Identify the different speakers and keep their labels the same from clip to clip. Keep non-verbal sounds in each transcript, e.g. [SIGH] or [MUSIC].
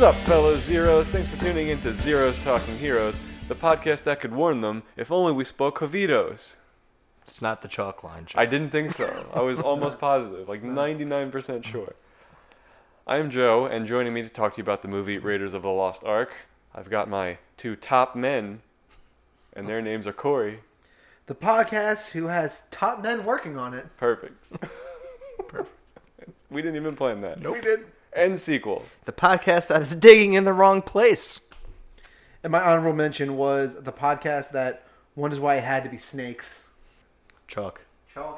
Speaker 1: up, fellow Zeros? Thanks for tuning in to Zeros Talking Heroes, the podcast that could warn them if only we spoke Javitos.
Speaker 2: It's not the chalk line. Joe.
Speaker 1: I didn't think so. I
Speaker 2: [LAUGHS]
Speaker 1: was almost positive, like 99% sure. I'm Joe, and joining me to talk to you about the movie Raiders of the Lost Ark, I've got my two top men, and their names are Corey.
Speaker 3: The podcast who has top men working on it.
Speaker 1: Perfect. Perfect. [LAUGHS] We didn't even plan that.
Speaker 3: We did.
Speaker 1: End sequel.
Speaker 2: the podcast that is digging in the wrong place.
Speaker 3: And my honorable mention was the podcast that wonders why it had to be snakes.
Speaker 2: Chalk.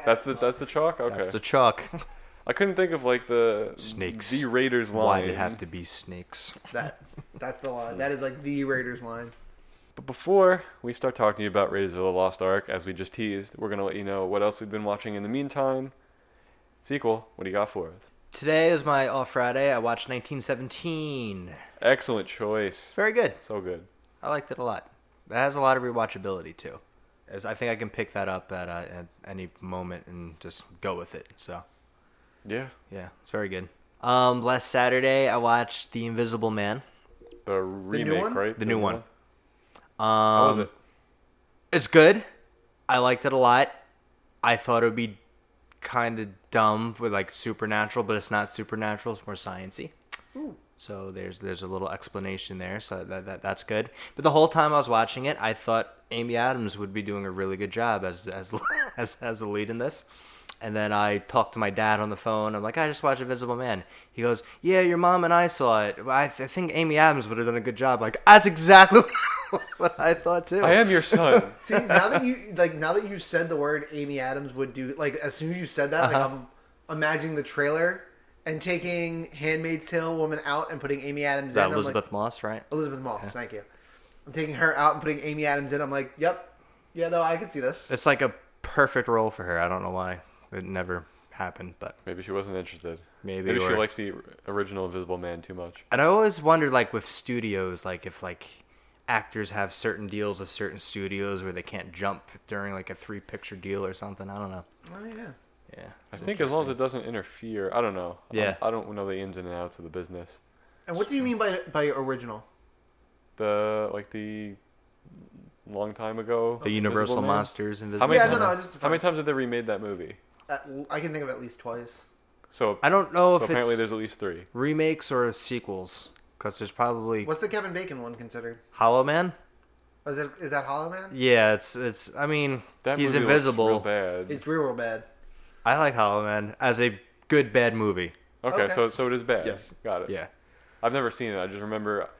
Speaker 1: That's the that's the chalk. Okay.
Speaker 2: That's the chalk. [LAUGHS]
Speaker 1: I couldn't think of like the
Speaker 2: Snakes.
Speaker 1: The Raiders line.
Speaker 2: Why'd it have to be snakes?
Speaker 3: that. That's the line. That is like the Raiders line.
Speaker 1: But before we start talking to you about Raiders of the Lost Ark, as we just teased, we're gonna let you know what else we've been watching in the meantime. Sequel, what do you got for us?
Speaker 2: Today is my off Friday. I watched 1917.
Speaker 1: Excellent choice.
Speaker 2: It's very good.
Speaker 1: So good.
Speaker 2: I liked it a lot. It has a lot of rewatchability too. As I think I can pick that up at, uh, at any moment and just go with it. So
Speaker 1: Yeah.
Speaker 2: yeah, it's very good. Um, last Saturday I watched The Invisible Man.
Speaker 1: The remake,
Speaker 3: one?
Speaker 1: right?
Speaker 2: The new one. Um,
Speaker 1: How was it?
Speaker 2: It's good. I liked it a lot. I thought it would be kind of dumb with like supernatural, but it's not supernatural. It's more sciency.
Speaker 3: Ooh.
Speaker 2: So there's there's a little explanation there. So that, that that's good. But the whole time I was watching it, I thought Amy Adams would be doing a really good job as as [LAUGHS] as as the lead in this. And then I talked to my dad on the phone. I'm like, I just watched Invisible Man. He goes, Yeah, your mom and I saw it. I, I think Amy Adams would have done a good job. Like, that's exactly [LAUGHS] what I thought too.
Speaker 1: I am your son. [LAUGHS]
Speaker 3: See, now that you like, now that you said the word Amy Adams would do, like, as soon as you said that, like,
Speaker 2: Uh-huh.
Speaker 3: I'm imagining the trailer and taking Handmaid's Tale woman out and putting Amy Adams
Speaker 2: Is that
Speaker 3: in. I'm
Speaker 2: Elizabeth
Speaker 3: like,
Speaker 2: Moss, right?
Speaker 3: Elizabeth Moss. Thank you. I'm taking her out and putting Amy Adams in. I'm like, yep. Yeah, no, I could see this.
Speaker 2: It's like a perfect role for her. I don't know why it never happened, but
Speaker 1: Maybe she wasn't interested.
Speaker 2: maybe.
Speaker 1: Maybe she
Speaker 2: or-
Speaker 1: likes the original Invisible Man too much.
Speaker 2: And I always wondered, like with studios, like if like actors have certain deals with certain studios where they can't jump during like a three picture deal or something. I don't know.
Speaker 3: Oh yeah.
Speaker 2: Yeah.
Speaker 1: I think as long as it doesn't interfere, I don't know. I-
Speaker 2: Yeah.
Speaker 1: I don't know the ins and outs of the business.
Speaker 3: And what do you mean by by original?
Speaker 1: The like the long time ago.
Speaker 2: The Universal
Speaker 1: Invisible Man?
Speaker 2: Monsters
Speaker 1: How
Speaker 2: Invisible.
Speaker 1: many
Speaker 3: yeah,
Speaker 1: times-
Speaker 3: no, no. I just
Speaker 1: How many times have they remade that movie?
Speaker 3: At, I can think of at least twice.
Speaker 1: So,
Speaker 2: I don't know
Speaker 1: so
Speaker 2: if
Speaker 1: apparently
Speaker 2: it's
Speaker 1: there's at least three.
Speaker 2: remakes or sequels, because there's probably
Speaker 3: What's the Kevin Bacon one considered?
Speaker 2: Hollow Man.
Speaker 3: Is that is that Hollow Man?
Speaker 2: Yeah, it's it's. I mean,
Speaker 1: That
Speaker 2: he's
Speaker 1: movie looks real
Speaker 2: invisible.
Speaker 1: bad.
Speaker 3: It's real,
Speaker 1: [LAUGHS]
Speaker 3: real bad.
Speaker 2: I like Hollow Man as a good bad movie.
Speaker 1: Okay,
Speaker 3: Okay.
Speaker 1: so so it is bad.
Speaker 2: Yes.
Speaker 1: Got it.
Speaker 2: Yeah.
Speaker 1: I've never seen it. I just remember,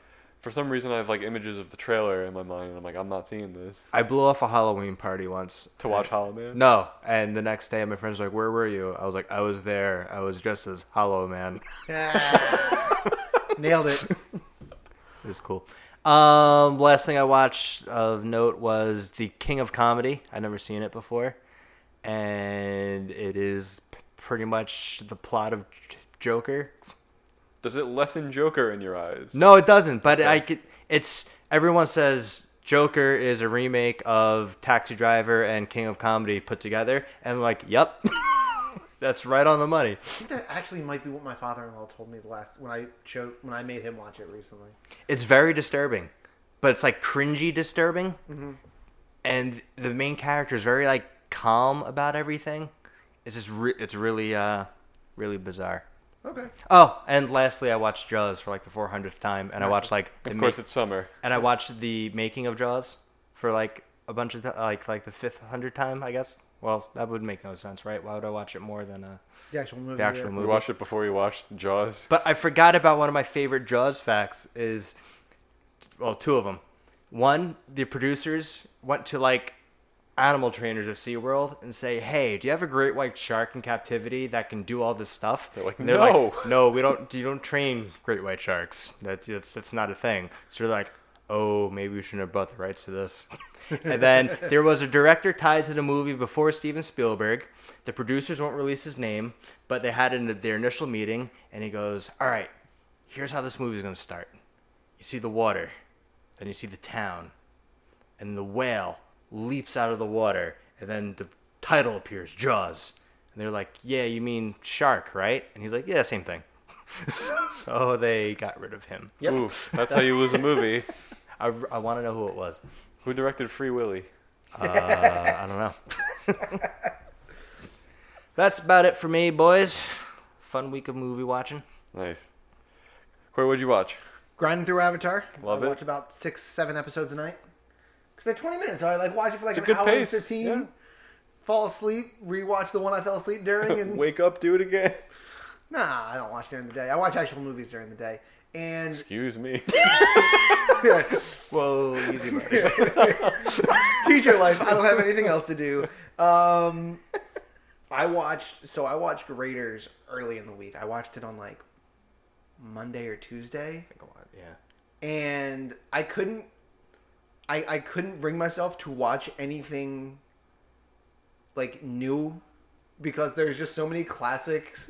Speaker 1: for some reason, I have like images of the trailer in my mind, and I'm like, I'm not seeing this
Speaker 2: I blew off a Halloween party once.
Speaker 1: to
Speaker 2: [LAUGHS]
Speaker 1: watch Hollow Man.
Speaker 2: No, and the next day my friends were like, "Where were you?" I was like, "I was there. I was dressed as Hollow Man."
Speaker 3: Ah, [LAUGHS] Nailed it.
Speaker 2: [LAUGHS] It was cool. Um, last thing I watched of note was The King of Comedy. I'd never seen it before, and it is p- pretty much the plot of J- Joker.
Speaker 1: Does it lessen Joker in your eyes?
Speaker 2: No, it doesn't. But
Speaker 1: Okay.
Speaker 2: I get, it's everyone says Joker is a remake of Taxi Driver and King of Comedy put together, and I'm like, "Yep, [LAUGHS] that's right on the money."
Speaker 3: I think that actually might be what my father-in-law told me the last when I showed when I made him watch it recently.
Speaker 2: It's very disturbing, but it's like cringy disturbing.
Speaker 1: Mm-hmm.
Speaker 3: Mhm.
Speaker 2: And the main character is very like calm about everything. It's just re- it's really uh really bizarre.
Speaker 3: Okay.
Speaker 2: Oh, and lastly, I watched Jaws for like the 400th time, and I watched like the
Speaker 1: Of
Speaker 2: ma-
Speaker 1: course, it's summer.
Speaker 2: and I watched the making of Jaws for like a bunch of t- like like the fifth hundred time, I guess. Well, that would make no sense, right? Why would I watch it more than uh,
Speaker 3: The actual movie.
Speaker 2: the actual
Speaker 3: yeah.
Speaker 1: We
Speaker 2: movie?
Speaker 1: watched it before we watched Jaws.
Speaker 2: But I forgot about one of my favorite Jaws facts is, well, two of them. One, the producers went to like animal trainers at SeaWorld and say, "Hey, do you have a great white shark in captivity that can do all this stuff?"
Speaker 1: They're like,
Speaker 2: And they're
Speaker 1: "No."
Speaker 2: like, "No, we don't. You don't train great white sharks. That's that's, that's not a thing." So they're like, "Oh, maybe we shouldn't have bought the rights to this." and then there was a director tied to the movie before Steven Spielberg. The producers won't release his name, but they had it in their initial meeting, and he goes, "All right, here's how this movie's going to start. You see the water, then you see the town, and the whale leaps out of the water, and then the title appears, Jaws. And they're like, Yeah, you mean shark, right? And he's like, Yeah, same thing. [LAUGHS] so they got rid of him.
Speaker 3: Yep.
Speaker 1: Oof, that's how you lose a movie.
Speaker 2: [LAUGHS] I, I want to know who it was.
Speaker 1: Who directed Free Willy?
Speaker 2: Uh, I don't
Speaker 1: [LAUGHS]
Speaker 2: know. [LAUGHS] That's about it for me, boys. Fun week of movie watching.
Speaker 1: Nice. Corey, what'd you watch?
Speaker 3: [LAUGHS] Grinding through Avatar.
Speaker 1: Love
Speaker 3: I
Speaker 1: it.
Speaker 3: watch about six, seven episodes a night. Because they're 20 minutes. I like watch it for like
Speaker 1: It's a good
Speaker 3: an hour
Speaker 1: pace,
Speaker 3: and 15.
Speaker 1: yeah.
Speaker 3: Fall asleep, rewatch the one I fell
Speaker 1: [LAUGHS]
Speaker 3: asleep during, and
Speaker 1: Wake up, do it again.
Speaker 3: nah, I don't watch during the day. I watch actual movies during the day, and
Speaker 1: Excuse me. [LAUGHS]
Speaker 2: Whoa, easy
Speaker 3: [LAUGHS] teacher life. I don't have anything else to do. Um, I watched so I watched Raiders early in the week. I watched it on like Monday or Tuesday,
Speaker 2: Yeah.
Speaker 3: and I couldn't. I, I couldn't bring myself to watch anything like new because there's just so many classics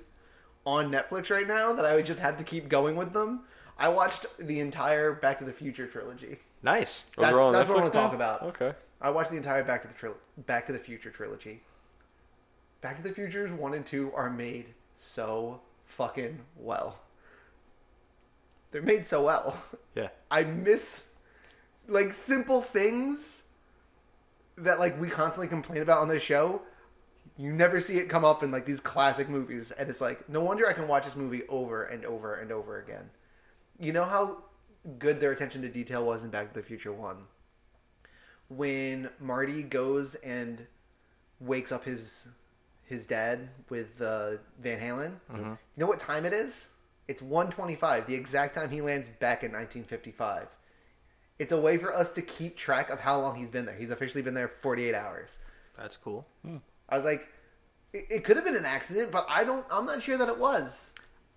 Speaker 3: on Netflix right now that I would just have to keep going with them. I watched the entire Back to the Future trilogy.
Speaker 2: Nice.
Speaker 1: Those
Speaker 3: That's-
Speaker 1: are all on
Speaker 3: that's what I
Speaker 1: Netflix
Speaker 3: wanna
Speaker 1: now?
Speaker 3: talk about.
Speaker 1: Okay.
Speaker 3: I watched the entire Back to the Tril- Back to the Future trilogy. Back to the Futures one and two are made so fucking well. They're made so well. [LAUGHS]
Speaker 2: Yeah.
Speaker 3: I miss like simple things that like we constantly complain about on this show. You never see it come up in like these classic movies, and it's like no wonder I can watch this movie over and over and over again. You know how good their attention to detail was in Back to the Future One when Marty goes and wakes up his his dad with uh, Van Halen.
Speaker 2: Mhm.
Speaker 3: You know what time it is? It's 1:25, the exact time he lands back in 1955. It's a way for us to keep track of how long he's been there. He's officially been there 48 hours.
Speaker 2: That's cool.
Speaker 3: I was like, it, it could have been an accident, but I don't. I'm not sure that it was.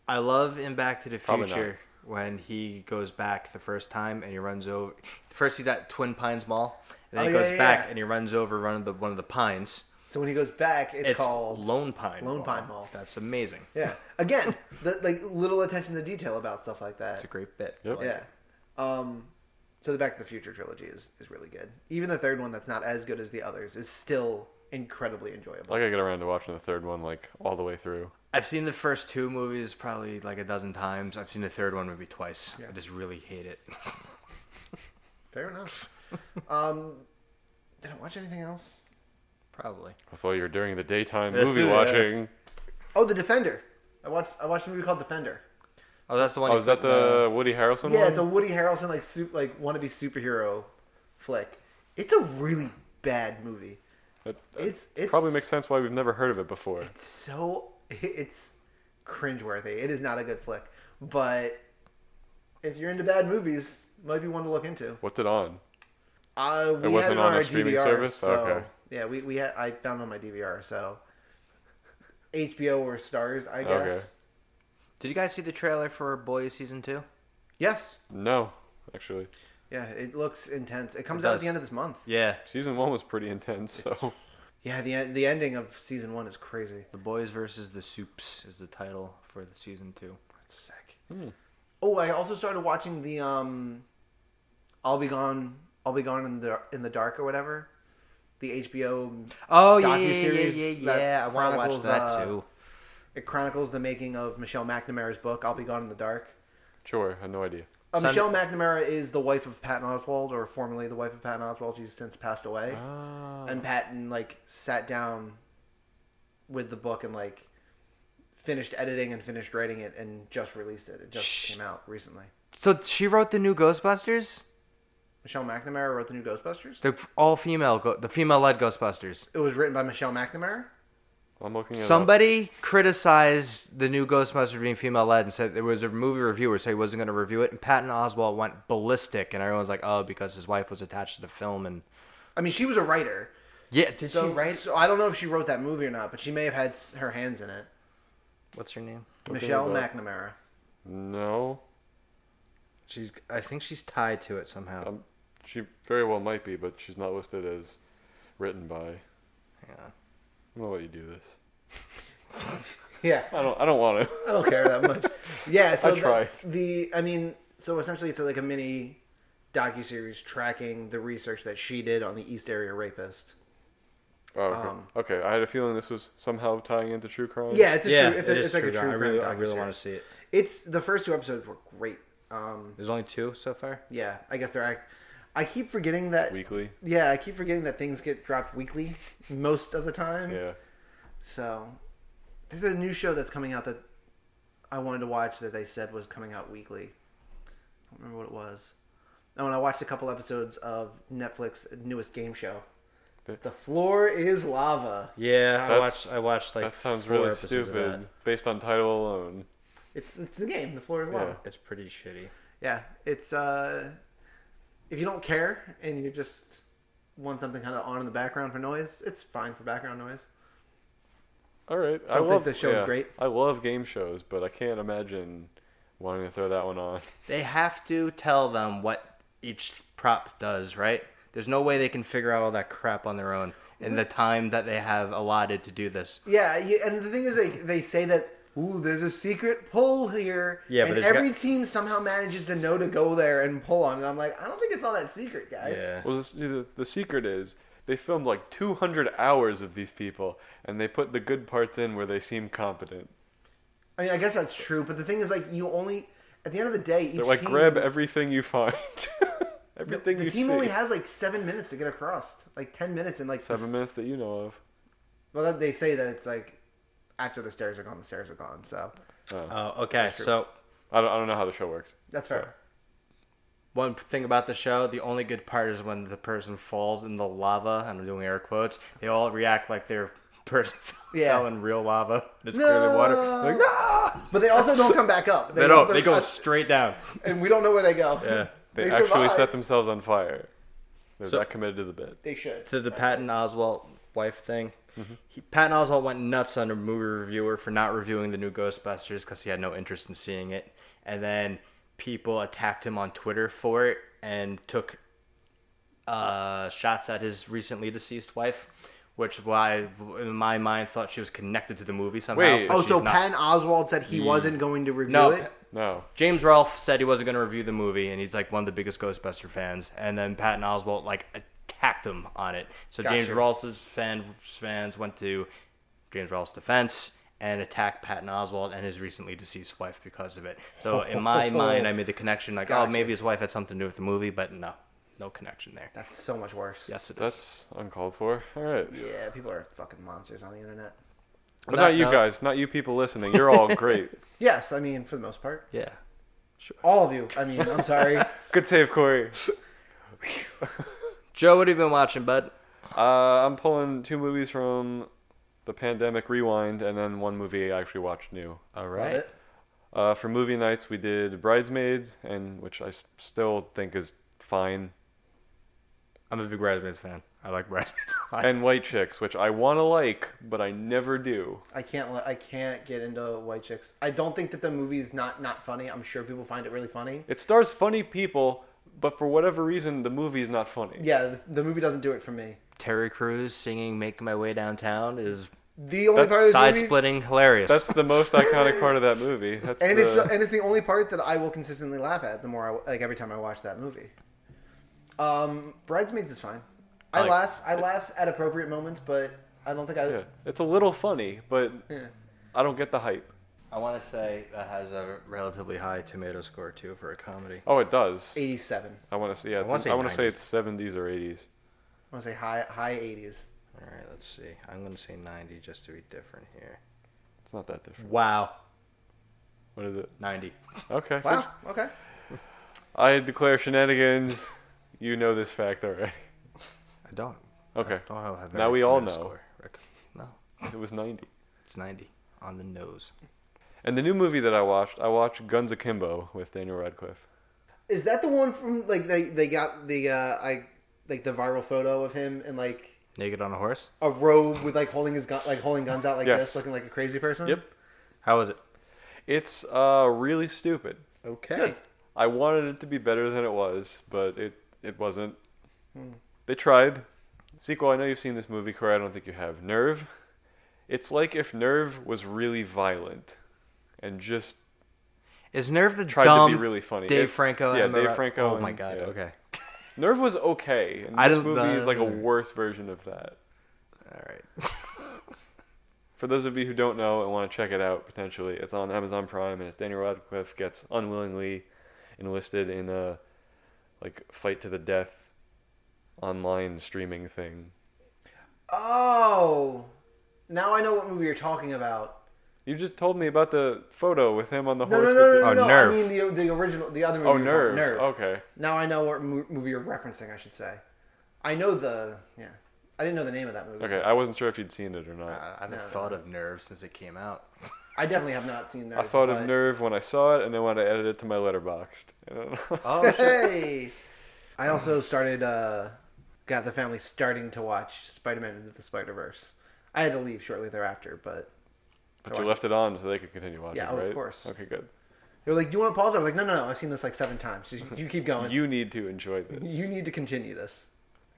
Speaker 2: I love in Back to the
Speaker 1: Probably not.
Speaker 2: Future when he goes back the first time and he runs over. First, he's at Twin Pines Mall, and then
Speaker 3: Oh,
Speaker 2: he
Speaker 3: yeah,
Speaker 2: goes
Speaker 3: yeah,
Speaker 2: back
Speaker 3: yeah.
Speaker 2: and he runs over one of the one of the pines.
Speaker 3: So when he goes back, it's, called
Speaker 2: Lone Pine.
Speaker 3: Lone
Speaker 2: Mall.
Speaker 3: Pine Mall.
Speaker 2: That's amazing.
Speaker 3: yeah. Again, the, like little attention to detail about stuff like that.
Speaker 2: That's a great bit.
Speaker 1: Yep.
Speaker 2: Like,
Speaker 3: Yeah. Um, so the Back to the Future trilogy is, is really good. Even the third one, that's not as good as the others, is still incredibly enjoyable.
Speaker 1: I gotta get around to watching the third one like all the way through.
Speaker 2: I've seen the first two movies probably like a dozen times. I've seen the third one maybe twice.
Speaker 3: Yeah.
Speaker 2: I just really hate it. [LAUGHS]
Speaker 3: Fair enough. um, did I watch anything else?
Speaker 2: Probably.
Speaker 1: Although you're during the daytime
Speaker 2: Yeah.
Speaker 1: movie watching.
Speaker 3: Oh, The Defender. I watched I watched a movie called Defender.
Speaker 2: Oh, that's the one.
Speaker 1: Oh,
Speaker 2: you
Speaker 1: is that
Speaker 2: put in
Speaker 1: the Woody Harrelson
Speaker 3: yeah,
Speaker 1: one?
Speaker 3: it's a Woody Harrelson like su- like wannabe superhero flick. It's a really bad movie.
Speaker 1: That- that
Speaker 3: It's it's
Speaker 1: probably makes sense why we've never heard of it before.
Speaker 3: It's so [LAUGHS] it's cringeworthy. It is not a good flick, but if you're into bad movies, might be one to look into.
Speaker 1: What's it on?
Speaker 3: Uh, we had
Speaker 1: wasn't
Speaker 3: it
Speaker 1: on
Speaker 3: on
Speaker 1: a
Speaker 3: our
Speaker 1: streaming
Speaker 3: DVR,
Speaker 1: service?
Speaker 3: so
Speaker 1: Okay.
Speaker 3: yeah, we, we had I found it on my DVR, so HBO or Stars, I guess.
Speaker 1: Okay.
Speaker 2: Did you guys see the trailer for Boys season two?
Speaker 3: Yes,
Speaker 1: No, actually.
Speaker 3: yeah, it looks intense. It comes
Speaker 2: It
Speaker 3: out
Speaker 2: does.
Speaker 3: at the end of this month.
Speaker 2: Yeah,
Speaker 1: Season one was pretty intense, so
Speaker 3: Yeah, the the ending of season one is crazy.
Speaker 2: The Boys versus the Soups is the title for the season two.
Speaker 3: That's sick.
Speaker 1: Hmm.
Speaker 3: Oh, I also started watching the um, I'll be gone, I'll be gone in the in the dark or whatever, the HBO
Speaker 2: Oh
Speaker 3: yeah, yeah, yeah, yeah, yeah.
Speaker 2: I want to watch
Speaker 3: Chronicles,
Speaker 2: that
Speaker 3: uh,
Speaker 2: too.
Speaker 3: it chronicles the making of Michelle McNamara's book I'll be gone in the dark.
Speaker 1: [LAUGHS] sure, I had no idea.
Speaker 3: Uh,
Speaker 2: Son-
Speaker 3: Michelle McNamara is the wife of Patton Oswald, or formerly the wife of Patton Oswald. She's since passed away.
Speaker 2: Oh.
Speaker 1: Ah,
Speaker 3: And Patton like sat down with the book and like finished editing and finished writing it and just released it. It just
Speaker 2: Shh.
Speaker 3: came out recently.
Speaker 2: So she wrote the new Ghostbusters,
Speaker 3: Michelle McNamara wrote the new Ghostbusters.
Speaker 2: the all female, go- the female led Ghostbusters.
Speaker 3: It was written by Michelle McNamara.
Speaker 1: I'm looking at
Speaker 2: Somebody criticized the new Ghostbusters being female led and said there was a movie reviewer, so he wasn't going to review it. And Patton Oswald went ballistic, and everyone's like, "Oh, because his wife was attached to the film." And
Speaker 3: I mean, she was a writer.
Speaker 2: yeah, did
Speaker 3: so,
Speaker 2: she write?
Speaker 3: So I don't know if she wrote that movie or not, but she may have had s- her hands in it.
Speaker 2: What's her name?
Speaker 1: Looking
Speaker 3: Michelle
Speaker 1: it up.
Speaker 3: McNamara. [LAUGHS]
Speaker 1: No,
Speaker 2: She's. I think she's tied to it somehow.
Speaker 1: Um, she very well might be, but she's not listed as written by.
Speaker 2: Yeah.
Speaker 1: I'm gonna let you do this.
Speaker 3: Yeah.
Speaker 1: I don't. I don't want to.
Speaker 3: I don't care that much.
Speaker 2: [LAUGHS]
Speaker 3: Yeah, so
Speaker 1: I tried.
Speaker 3: The, the I mean, so essentially it's like a mini docu series tracking the research that she did on the East Area Rapist.
Speaker 1: [LAUGHS] Oh, okay.
Speaker 3: Um,
Speaker 1: okay. I had a feeling this was somehow tying into true crime.
Speaker 3: Yeah, it's a
Speaker 2: yeah,
Speaker 3: true, it's,
Speaker 2: it
Speaker 3: a,
Speaker 2: is
Speaker 3: it's like a
Speaker 2: true
Speaker 3: true
Speaker 2: crime. I really, I
Speaker 3: crime
Speaker 2: really
Speaker 3: docuseries.
Speaker 2: want to see it.
Speaker 3: It's the first two episodes were great. Um,
Speaker 2: There's only two so far.
Speaker 3: yeah, I guess they're. act- I keep forgetting that.
Speaker 1: Weekly.
Speaker 3: Yeah, I keep forgetting that things get dropped weekly most of the time.
Speaker 1: Yeah.
Speaker 3: So there's a new show that's coming out that I wanted to watch that they said was coming out weekly. I don't remember what it was. Oh, and I watched a couple episodes of Netflix's newest game show.
Speaker 1: Th-
Speaker 3: The floor is lava.
Speaker 2: Yeah, I
Speaker 1: That's-
Speaker 2: watched. I watched like
Speaker 1: that sounds
Speaker 2: four
Speaker 1: really
Speaker 2: episodes of
Speaker 1: stupid
Speaker 2: that.
Speaker 1: based on title alone.
Speaker 3: It's it's the game. The floor is
Speaker 1: Yeah.
Speaker 3: lava.
Speaker 2: It's pretty shitty.
Speaker 3: Yeah, it's uh, if you don't care and you just want something kind of on in the background for noise, it's fine for background noise.
Speaker 1: All right. I
Speaker 3: Don't think
Speaker 1: love
Speaker 3: the show's
Speaker 1: yeah,
Speaker 3: great?
Speaker 1: I love game shows, but I can't imagine wanting to throw that one
Speaker 3: [LAUGHS]
Speaker 1: on.
Speaker 2: They have to tell them what each prop does, right? There's no way they can figure out all that crap on their own in the time that they have allotted to do this.
Speaker 3: Yeah, you, and the thing is, they they say that ooh, there's a secret pull here.
Speaker 2: Yeah, but
Speaker 3: and
Speaker 2: it's
Speaker 3: every team somehow manages to know to go there and pull on. it. I'm like, I don't think it's all that secret, guys.
Speaker 1: Well, the, the, the secret is they filmed like 200 hours of these people, and they put the good parts in where they seem competent.
Speaker 3: I mean, I guess that's true, but the thing is, like, you only at the end of the day, each
Speaker 1: They're like,
Speaker 3: team,
Speaker 1: grab everything you find, [LAUGHS]
Speaker 3: the,
Speaker 1: everything
Speaker 3: the
Speaker 1: you
Speaker 3: team
Speaker 1: see.
Speaker 3: only has like seven minutes to get across, like ten minutes, and like
Speaker 1: Seven
Speaker 3: this-
Speaker 1: minutes that you know of.
Speaker 3: well, they say that it's like after the stairs are gone, the stairs are gone. So
Speaker 2: Oh, okay.
Speaker 3: That's true.
Speaker 2: So
Speaker 1: I don't, I don't know how the show works.
Speaker 3: that's fair.
Speaker 2: one thing about the show, the only good part is when the person falls in the lava. and I'm doing air quotes. They all react like their [LAUGHS] person
Speaker 3: Yeah.
Speaker 2: fell in real lava. It's clearly water.
Speaker 3: No.
Speaker 2: They're like, "Ah!"
Speaker 3: But they also don't come back up.
Speaker 1: [LAUGHS]
Speaker 2: They don't.
Speaker 3: also-
Speaker 2: They go straight down.
Speaker 3: and we don't know where they go.
Speaker 2: Yeah.
Speaker 1: They,
Speaker 3: They
Speaker 1: actually
Speaker 3: survive.
Speaker 1: set themselves on fire. They're
Speaker 2: So-
Speaker 1: that committed to the bit.
Speaker 3: They should.
Speaker 2: to the Patton Oswalt wife thing. He, Patton Oswalt went nuts on a movie reviewer for not reviewing the new Ghostbusters because he had no interest in seeing it, and then people attacked him on Twitter for it and took uh, shots at his recently deceased wife, which why in my mind thought she was connected to the movie somehow.
Speaker 1: Wait.
Speaker 2: but
Speaker 3: Oh,
Speaker 2: she's
Speaker 3: so
Speaker 2: not. Mm.
Speaker 3: Patton Oswald said he wasn't going to review
Speaker 2: No,
Speaker 3: it.
Speaker 2: Pa-
Speaker 1: No.
Speaker 2: James Rolfe said he wasn't going to review the movie, and he's like one of the biggest Ghostbuster fans. And then Patton Oswalt like attacked him on it. So James
Speaker 3: Gotcha.
Speaker 2: Rolfe's fan, fans went to James Rolfe's defense and attacked Patton Oswalt and his recently deceased wife because of it. So in
Speaker 3: [LAUGHS]
Speaker 2: my mind, I made the connection like, oh,
Speaker 3: Gotcha.
Speaker 2: maybe his wife had something to do with the movie, but no, no connection there.
Speaker 3: That's so much worse.
Speaker 2: Yes, it is.
Speaker 1: That's uncalled for. All right.
Speaker 3: Yeah, people are fucking monsters on the internet.
Speaker 1: But
Speaker 2: Not-
Speaker 1: not you
Speaker 2: no.
Speaker 1: guys, not you people listening. You're all
Speaker 3: [LAUGHS]
Speaker 1: great.
Speaker 3: Yes, I mean for the most part,
Speaker 2: Yeah.
Speaker 3: all of you. I mean, I'm sorry.
Speaker 1: Good save, Corey.
Speaker 2: Joe, what have you been watching, bud?
Speaker 1: Uh, I'm pulling two movies from the pandemic rewind, and then one movie I actually watched new.
Speaker 2: All
Speaker 3: Love
Speaker 2: right.
Speaker 3: it.
Speaker 1: Uh, for movie nights, we did Bridesmaids, and which I s- still think is fine,
Speaker 2: I'm a big Bridesmaids fan. I like Bridesmaids. a lot.
Speaker 1: and White Chicks, which I want to like, but I never do.
Speaker 3: I can't. Let, I can't get into White Chicks. I don't think that the movie is not not funny. I'm sure people find it really funny.
Speaker 1: It stars funny people, but for whatever reason, the movie is not funny.
Speaker 3: Yeah, the, the movie doesn't do it for me.
Speaker 2: [LAUGHS] Terry Crews singing "Making My Way Downtown" is
Speaker 3: The only
Speaker 1: That's
Speaker 3: part of the
Speaker 2: side
Speaker 3: movie,
Speaker 2: splitting hilarious.
Speaker 1: That's the most iconic part of that movie. That's
Speaker 3: and
Speaker 1: the,
Speaker 3: it's the, and it's the only part that I will consistently laugh at. The more I like every time I watch that movie. Um, Bridesmaids is fine. I
Speaker 2: Like-
Speaker 3: laugh. I laugh at appropriate moments, but I don't think I.
Speaker 1: yeah, it's a little funny, but
Speaker 3: Yeah.
Speaker 1: I don't get the hype.
Speaker 2: [LAUGHS] I want to say that has a relatively high tomato score too for a comedy.
Speaker 1: Oh, it does.
Speaker 3: 87.
Speaker 1: I want to see. Yeah,
Speaker 2: I
Speaker 1: it's-
Speaker 2: wanna say
Speaker 1: I want to
Speaker 2: 90.
Speaker 1: say it's 70s or 80s.
Speaker 3: I want to say high high 80s.
Speaker 2: All right, let's see. I'm gonna say 90 just to be different here.
Speaker 1: It's not that different.
Speaker 2: Wow,
Speaker 1: What is it?
Speaker 2: 90.
Speaker 1: Okay.
Speaker 3: Wow. Okay.
Speaker 1: I declare shenanigans. You know this fact already.
Speaker 2: I don't.
Speaker 1: Okay.
Speaker 2: I don't have. a very
Speaker 1: Now we all
Speaker 2: tomato
Speaker 1: know.
Speaker 2: Rick.
Speaker 1: It was 90.
Speaker 2: It's 90 on the nose.
Speaker 1: And the new movie that I watched, I watched Guns Akimbo with Daniel Radcliffe.
Speaker 3: Is that the one from like they they got the uh I like the viral photo of him in like
Speaker 2: Naked on a horse.
Speaker 3: a robe with like holding his gun like holding guns out like
Speaker 1: Yes.
Speaker 3: this looking like a crazy person?
Speaker 1: Yep.
Speaker 2: How was it?
Speaker 1: It's uh, really stupid.
Speaker 2: Okay.
Speaker 1: I wanted it to be better than it was, but it, it wasn't.
Speaker 2: Hmm.
Speaker 1: They tried. Sequel, I know you've seen this movie, Corey. I don't think you have. Nerve. It's like if Nerve was really violent and just
Speaker 2: Is Nerve the
Speaker 1: tried
Speaker 2: dumb
Speaker 1: to be really funny.
Speaker 2: Dave
Speaker 1: If-
Speaker 2: Franco?
Speaker 1: Yeah,
Speaker 2: and
Speaker 1: Dave
Speaker 2: Mara-
Speaker 1: Franco.
Speaker 2: Oh
Speaker 1: and-
Speaker 2: my god.
Speaker 1: yeah.
Speaker 2: Okay.
Speaker 1: Nerve was okay, and
Speaker 2: I
Speaker 1: this
Speaker 2: don't-
Speaker 1: movie is like a
Speaker 2: uh, [LAUGHS]
Speaker 1: worse version of that.
Speaker 2: All right.
Speaker 1: For those of you who don't know and want to check it out potentially, it's on Amazon Prime and it's Daniel Radcliffe gets unwillingly enlisted in a like fight to the death online streaming thing.
Speaker 3: Oh, now I know what movie you're talking about.
Speaker 1: You just told me about the photo with him on the
Speaker 3: No,
Speaker 1: horse.
Speaker 3: no, no,
Speaker 1: with
Speaker 3: no, no,
Speaker 2: Oh,
Speaker 3: no.
Speaker 2: Nerve.
Speaker 3: I mean the the original, the other
Speaker 1: the...
Speaker 3: movie.
Speaker 1: Oh,
Speaker 3: we were talking-
Speaker 1: nerve. Okay.
Speaker 3: Now I know what mo- movie you're referencing. I should say. I know the yeah. I didn't know the name of that movie.
Speaker 1: Okay, I wasn't sure if you'd seen it or not.
Speaker 3: Ah,
Speaker 2: I haven't
Speaker 3: No.
Speaker 2: thought of Nerve since it came out.
Speaker 1: [LAUGHS]
Speaker 3: I definitely have not seen that.
Speaker 1: I thought of Nerve when I saw it, and then when I edited it to my letterboxed. [LAUGHS] I don't know.
Speaker 3: [LAUGHS]
Speaker 2: Oh,
Speaker 3: hey. I also started uh, got the family starting to watch Spider-Man into the Spider-Verse. I had to leave shortly thereafter, but
Speaker 1: but you left it on so they could continue watching,
Speaker 3: Yeah, oh, of
Speaker 1: right?
Speaker 3: course.
Speaker 1: Okay, good.
Speaker 3: they were like, "Do you want to pause?" I was like, "No, no, no. I've seen this like seven times. You, you keep going.
Speaker 1: You need to enjoy this.
Speaker 3: you need to continue this."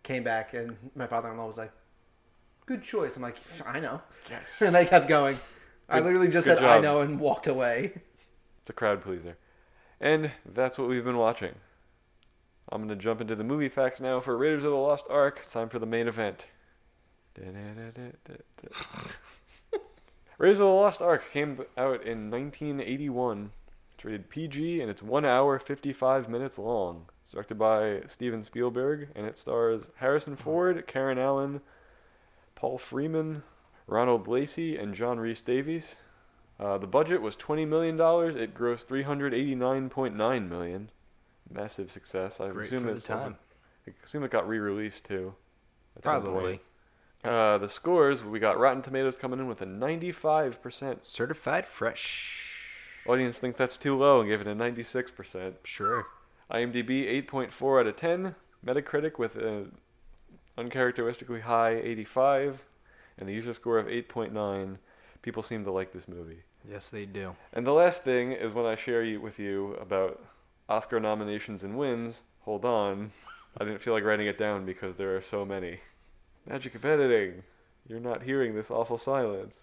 Speaker 3: Came back and my father-in-law was like, "Good choice." I'm like, "I know," [LAUGHS]
Speaker 1: Yes.
Speaker 3: and I kept going. I
Speaker 1: Good-
Speaker 3: literally just
Speaker 1: good
Speaker 3: said, "I
Speaker 1: job.
Speaker 3: know," and walked away.
Speaker 1: It's a crowd pleaser. And that's what we've been watching. I'm going to jump into the movie facts now for Raiders of the Lost Ark. It's time for the main event. Raiders of the Lost Ark came out in 1981. It's rated PG and it's 1 hour 55 minutes long. It's directed by Steven Spielberg and it stars Harrison
Speaker 2: Hmm.
Speaker 1: Ford, Karen Allen, Paul Freeman, Ronald Lacey, and John Rhys Davies. Uh, the budget was $20 million. It grossed $389.9 million. Massive success. I
Speaker 2: great
Speaker 1: assume
Speaker 2: for the
Speaker 1: it's also-
Speaker 2: time.
Speaker 1: I assume it got re-released too. At some
Speaker 2: Probably.
Speaker 1: point. Uh, the scores we got Rotten Tomatoes coming in with a 95%.
Speaker 2: Certified fresh.
Speaker 1: Audience thinks that's too low and gave it a 96%.
Speaker 2: Sure.
Speaker 1: IMDb 8.4 out of 10. Metacritic with an uncharacteristically high 85, and the user score of 8.9. People seem to like this movie.
Speaker 2: Yes, they do.
Speaker 1: And the last thing is when I share you, with you about Oscar nominations and wins. Hold on. I didn't feel like writing it down because there are so many. Magic of editing. You're not hearing this awful silence.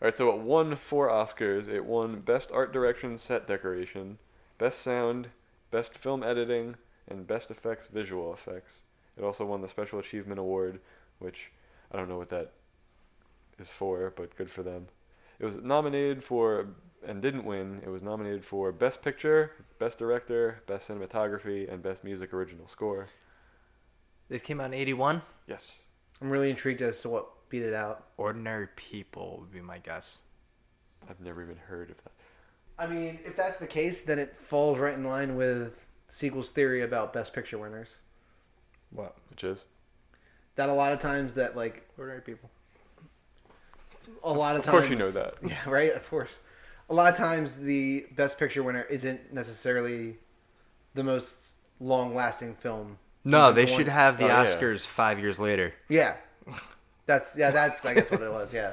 Speaker 1: All right, so it won four Oscars. It won Best Art Direction Set Decoration, Best Sound, Best Film Editing, and Best Effects Visual Effects. It also won the Special Achievement Award, which I don't know what that is for, but good for them. It was nominated for and didn't win. It was nominated for Best Picture, Best Director, Best Cinematography, and Best Music Original Score.
Speaker 2: This came out in 81.
Speaker 1: Yes.
Speaker 3: I'm really intrigued as to what beat it out.
Speaker 2: Ordinary People would be my guess.
Speaker 1: I've never even heard of that.
Speaker 3: I mean, if that's the case, then it falls right in line with sequel's theory about best picture winners.
Speaker 2: What?
Speaker 1: Which is?
Speaker 3: That a lot of times that like
Speaker 2: Ordinary People.
Speaker 3: a lot of,
Speaker 1: Of
Speaker 3: times
Speaker 1: course you know that.
Speaker 3: [LAUGHS] Yeah, right? Of course. A lot of times the best picture winner isn't necessarily the most long lasting film.
Speaker 2: No,
Speaker 3: Even
Speaker 2: they
Speaker 3: the
Speaker 2: should
Speaker 3: one-
Speaker 2: have the
Speaker 1: Oh, yeah.
Speaker 2: Oscars five years later.
Speaker 3: Yeah. That's yeah, that's I guess what it was, yeah.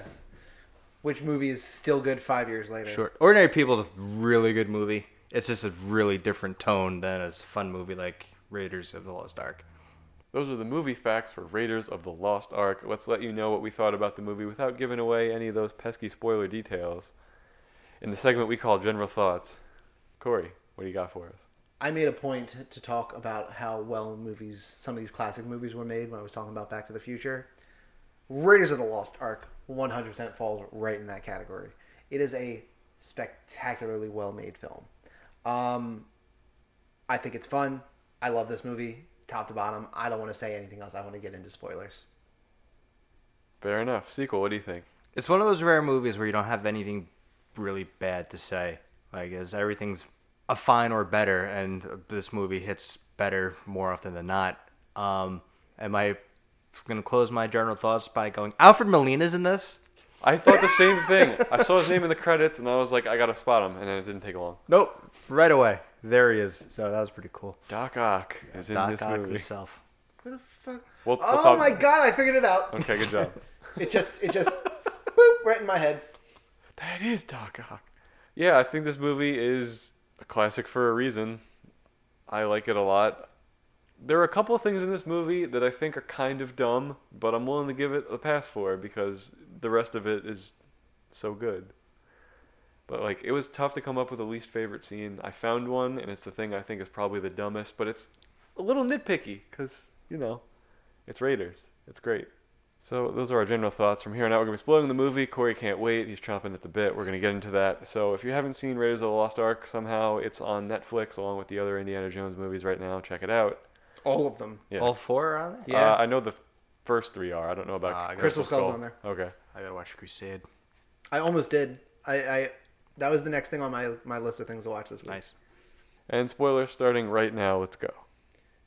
Speaker 3: Which movie is still good five years later.
Speaker 2: Sure. Ordinary People is a really good movie. It's just a really different tone than a fun movie like Raiders of the Lost Ark.
Speaker 1: Those are the movie facts for Raiders of the Lost Ark. Let's let you know what we thought about the movie without giving away any of those pesky spoiler details. In the segment we call General Thoughts, Corey, what do you got for us?
Speaker 3: I made a point to talk about how well movies, some of these classic movies were made when I was talking about Back to the Future. Raiders of the Lost Ark 100% falls right in that category. It is a spectacularly well made film. Um, I think it's fun. I love this movie, top to bottom. I don't want to say anything else. I want to get into spoilers.
Speaker 1: Fair enough. Sequel, what do you think?
Speaker 2: It's one of those rare movies where you don't have anything really bad to say. Like, is everything's a fine or better, and this movie hits better more often than not. Um, am I going to close my general thoughts by going, Alfred Molina's in this?
Speaker 1: I thought the same thing. I saw his name in the credits and I was like, I gotta spot him, and then it didn't take long.
Speaker 2: Nope, right away. There he is. So that was pretty cool.
Speaker 1: Doc Ock is in
Speaker 2: Doc
Speaker 1: this
Speaker 2: Ock
Speaker 1: movie.
Speaker 2: himself.
Speaker 3: Where the fuck?
Speaker 1: We'll- we'll
Speaker 3: oh
Speaker 1: talk-
Speaker 3: my god, I figured it out.
Speaker 1: Okay, good job.
Speaker 3: It just,
Speaker 1: [LAUGHS]
Speaker 3: it just, boop, right in my head.
Speaker 1: That is Doc Ock. Yeah, I think this movie is a classic for a reason. I like it a lot. There are a couple of things in this movie that I think are kind of dumb, but I'm willing to give it a pass for because the rest of it is so good. But like it was tough to come up with a least favorite scene. I found one and it's the thing I think is probably the dumbest, but it's a little nitpicky cuz, you know, it's Raiders. It's great. So those are our general thoughts. From here on out, we're gonna be spoiling the movie. Corey can't wait; he's chomping at the bit. We're gonna get into that. So if you haven't seen Raiders of the Lost Ark, somehow it's on Netflix along with the other Indiana Jones movies right now. Check it out.
Speaker 3: All of them.
Speaker 1: [LAUGHS] Yeah.
Speaker 2: All four are on there.
Speaker 3: Yeah.
Speaker 1: Uh, I know the first three are. I don't know about
Speaker 2: Ah, I got
Speaker 3: Crystal Skull's on there.
Speaker 1: Okay.
Speaker 2: I gotta watch Crusade.
Speaker 3: I almost did. I, I that was the next thing on my my list of things to watch this week.
Speaker 2: Nice.
Speaker 1: And spoilers starting right now. Let's go.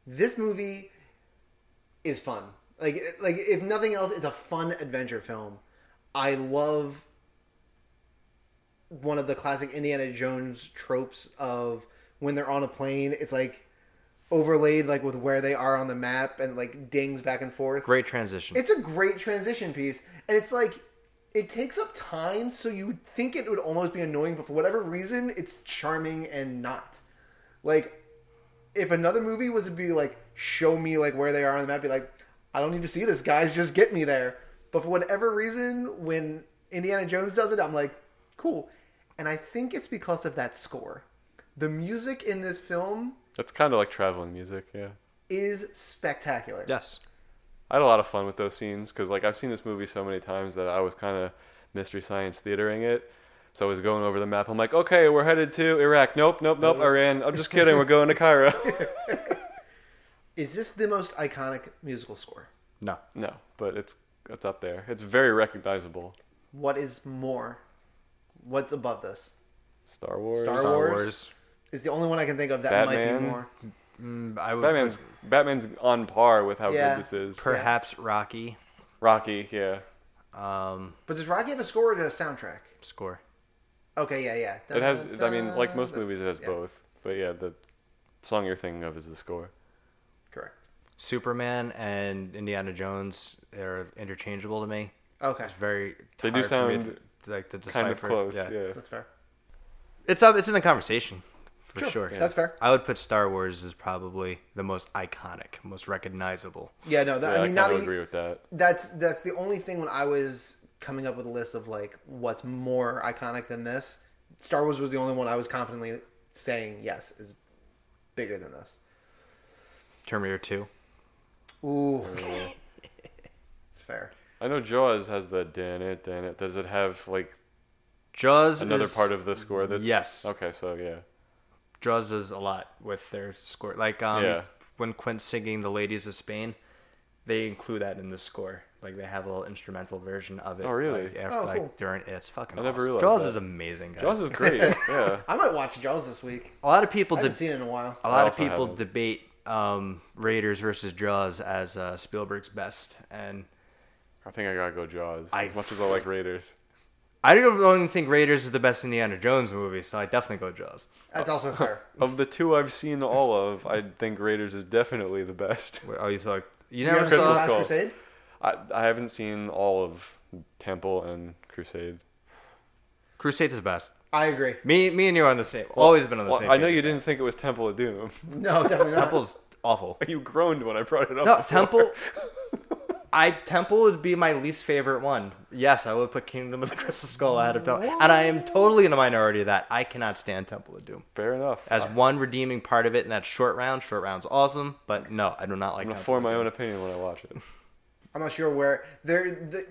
Speaker 3: This movie is fun. Like like if nothing else, it's a fun adventure film. I love one of the classic Indiana Jones tropes of when they're on a plane, it's like overlaid like with where they are on the map and like dings back and forth.
Speaker 2: Great transition.
Speaker 3: It's a great transition piece, and it's like it takes up time, so you would think it would almost be annoying, but for whatever reason, it's charming and not. Like, if another movie was to be like, show me like where they are on the map, be like, I don't need to see this, guys, just get me there. But for whatever reason, when Indiana Jones does it, I'm like, cool. And I think it's because of that score. The music in this film
Speaker 1: That's kind of like traveling music. Yeah.
Speaker 3: is spectacular.
Speaker 2: yes.
Speaker 1: I had a lot of fun with those scenes because like I've seen this movie so many times that I was kind of mystery science theatering it. So I was going over the map. I'm like, okay, we're headed to Iraq. Nope, nope, nope. Iran. I'm just kidding. We're going to
Speaker 2: [LAUGHS]
Speaker 1: Cairo.
Speaker 3: Is this the most iconic musical score?
Speaker 2: No.
Speaker 1: no, but it's it's up there. It's very recognizable.
Speaker 3: what is more what's above this
Speaker 1: Star Wars.
Speaker 3: Star Wars. is the only one i can think of that might be
Speaker 1: Batman.
Speaker 3: more
Speaker 2: Mm, I would
Speaker 1: Batman's Batman's on par with how
Speaker 3: Yeah.
Speaker 1: good this is.
Speaker 2: perhaps Rocky.
Speaker 1: Rocky. Yeah.
Speaker 2: Um,
Speaker 3: but does rocky have a score or does it have a soundtrack
Speaker 2: score.
Speaker 3: okay yeah yeah
Speaker 1: It has. I mean, like most
Speaker 3: That's-
Speaker 1: movies, it has
Speaker 3: yeah,
Speaker 1: both. But yeah, the song you're thinking of is the score.
Speaker 3: correct
Speaker 2: Superman and Indiana Jones are interchangeable to me.
Speaker 3: okay
Speaker 2: It's very.
Speaker 1: They do
Speaker 2: hard for me
Speaker 1: sound
Speaker 2: to, like to decipher.
Speaker 1: Kind of close.
Speaker 2: Yeah.
Speaker 1: Yeah.
Speaker 3: that's fair
Speaker 2: It's up. It's in the conversation for sure.
Speaker 3: that's fair
Speaker 2: I would put Star Wars as probably the most iconic, most recognizable.
Speaker 3: yeah no that,
Speaker 1: Yeah,
Speaker 3: i
Speaker 1: I kind
Speaker 3: mean now
Speaker 1: of
Speaker 3: that you-
Speaker 1: agree with that.
Speaker 3: that's that's the only thing when i was coming up with a list of like what's more iconic than this star wars was the only one i was confidently saying yes is bigger than this
Speaker 2: Terminator 2.
Speaker 3: ooh it's fair
Speaker 1: I know Jaws has the dan it dan it. Does it have like
Speaker 2: Jaws.
Speaker 1: another
Speaker 2: is-
Speaker 1: part of the score that's
Speaker 2: yes.
Speaker 1: Okay, so yeah.
Speaker 2: Jaws does a lot with their score. Like um,
Speaker 1: Yeah.
Speaker 2: when Quint's singing "The Ladies of Spain," they include that in the score. Like they have a little instrumental version of it.
Speaker 1: Oh, really?
Speaker 2: Like, after,
Speaker 3: Oh,
Speaker 2: like,
Speaker 3: cool.
Speaker 2: during it's fucking.
Speaker 1: I never
Speaker 2: awesome.
Speaker 1: realized
Speaker 2: Jaws
Speaker 1: that.
Speaker 2: is amazing. Guys.
Speaker 1: Jaws is great.
Speaker 3: [LAUGHS]
Speaker 1: yeah.
Speaker 3: i might watch jaws this week
Speaker 2: a lot of people
Speaker 3: i
Speaker 2: did.
Speaker 3: haven't seen it in a while
Speaker 2: A
Speaker 1: I
Speaker 2: lot of
Speaker 1: also
Speaker 2: people
Speaker 1: haven't.
Speaker 2: debate um, Raiders versus Jaws as uh, Spielberg's best, and
Speaker 1: I think I gotta go Jaws.
Speaker 2: I-
Speaker 1: As much as I like Raiders.
Speaker 2: I don't even think Raiders is the best Indiana Jones movie, so I definitely go Jaws.
Speaker 3: That's also fair.
Speaker 1: Of the two I've seen all of, I think Raiders is definitely the best. [LAUGHS]
Speaker 2: Wait, Oh, you saw? [LAUGHS] You
Speaker 3: You
Speaker 2: never
Speaker 3: ever seen
Speaker 1: Crystal
Speaker 3: The
Speaker 2: saw?
Speaker 3: Last
Speaker 1: Skull.
Speaker 3: Crusade?
Speaker 1: I I haven't seen all of Temple and Crusade.
Speaker 2: Crusade's the best.
Speaker 3: I agree.
Speaker 2: Me, me, and you are on the same. always been on the
Speaker 1: Well,
Speaker 2: same.
Speaker 1: I know
Speaker 2: page.
Speaker 1: you didn't think it was Temple of Doom. [LAUGHS]
Speaker 3: No, definitely
Speaker 2: [LAUGHS]
Speaker 3: not.
Speaker 2: Temple's awful.
Speaker 1: You groaned when I brought it up.
Speaker 2: No,
Speaker 1: before.
Speaker 2: Temple. I Temple would be my least favorite one. Yes, I would put Kingdom of the Crystal Skull ahead of Temple, and I am totally in the minority of that. I cannot stand Temple of Doom
Speaker 1: [LAUGHS] Fair enough.
Speaker 2: as one redeeming part of it, and that's short round. Short round's awesome, but no, I do not like.
Speaker 1: I'm gonna
Speaker 2: Temple
Speaker 1: form
Speaker 2: of
Speaker 1: my
Speaker 2: Doom.
Speaker 1: own opinion when I watch it.
Speaker 3: I'm not sure where they're the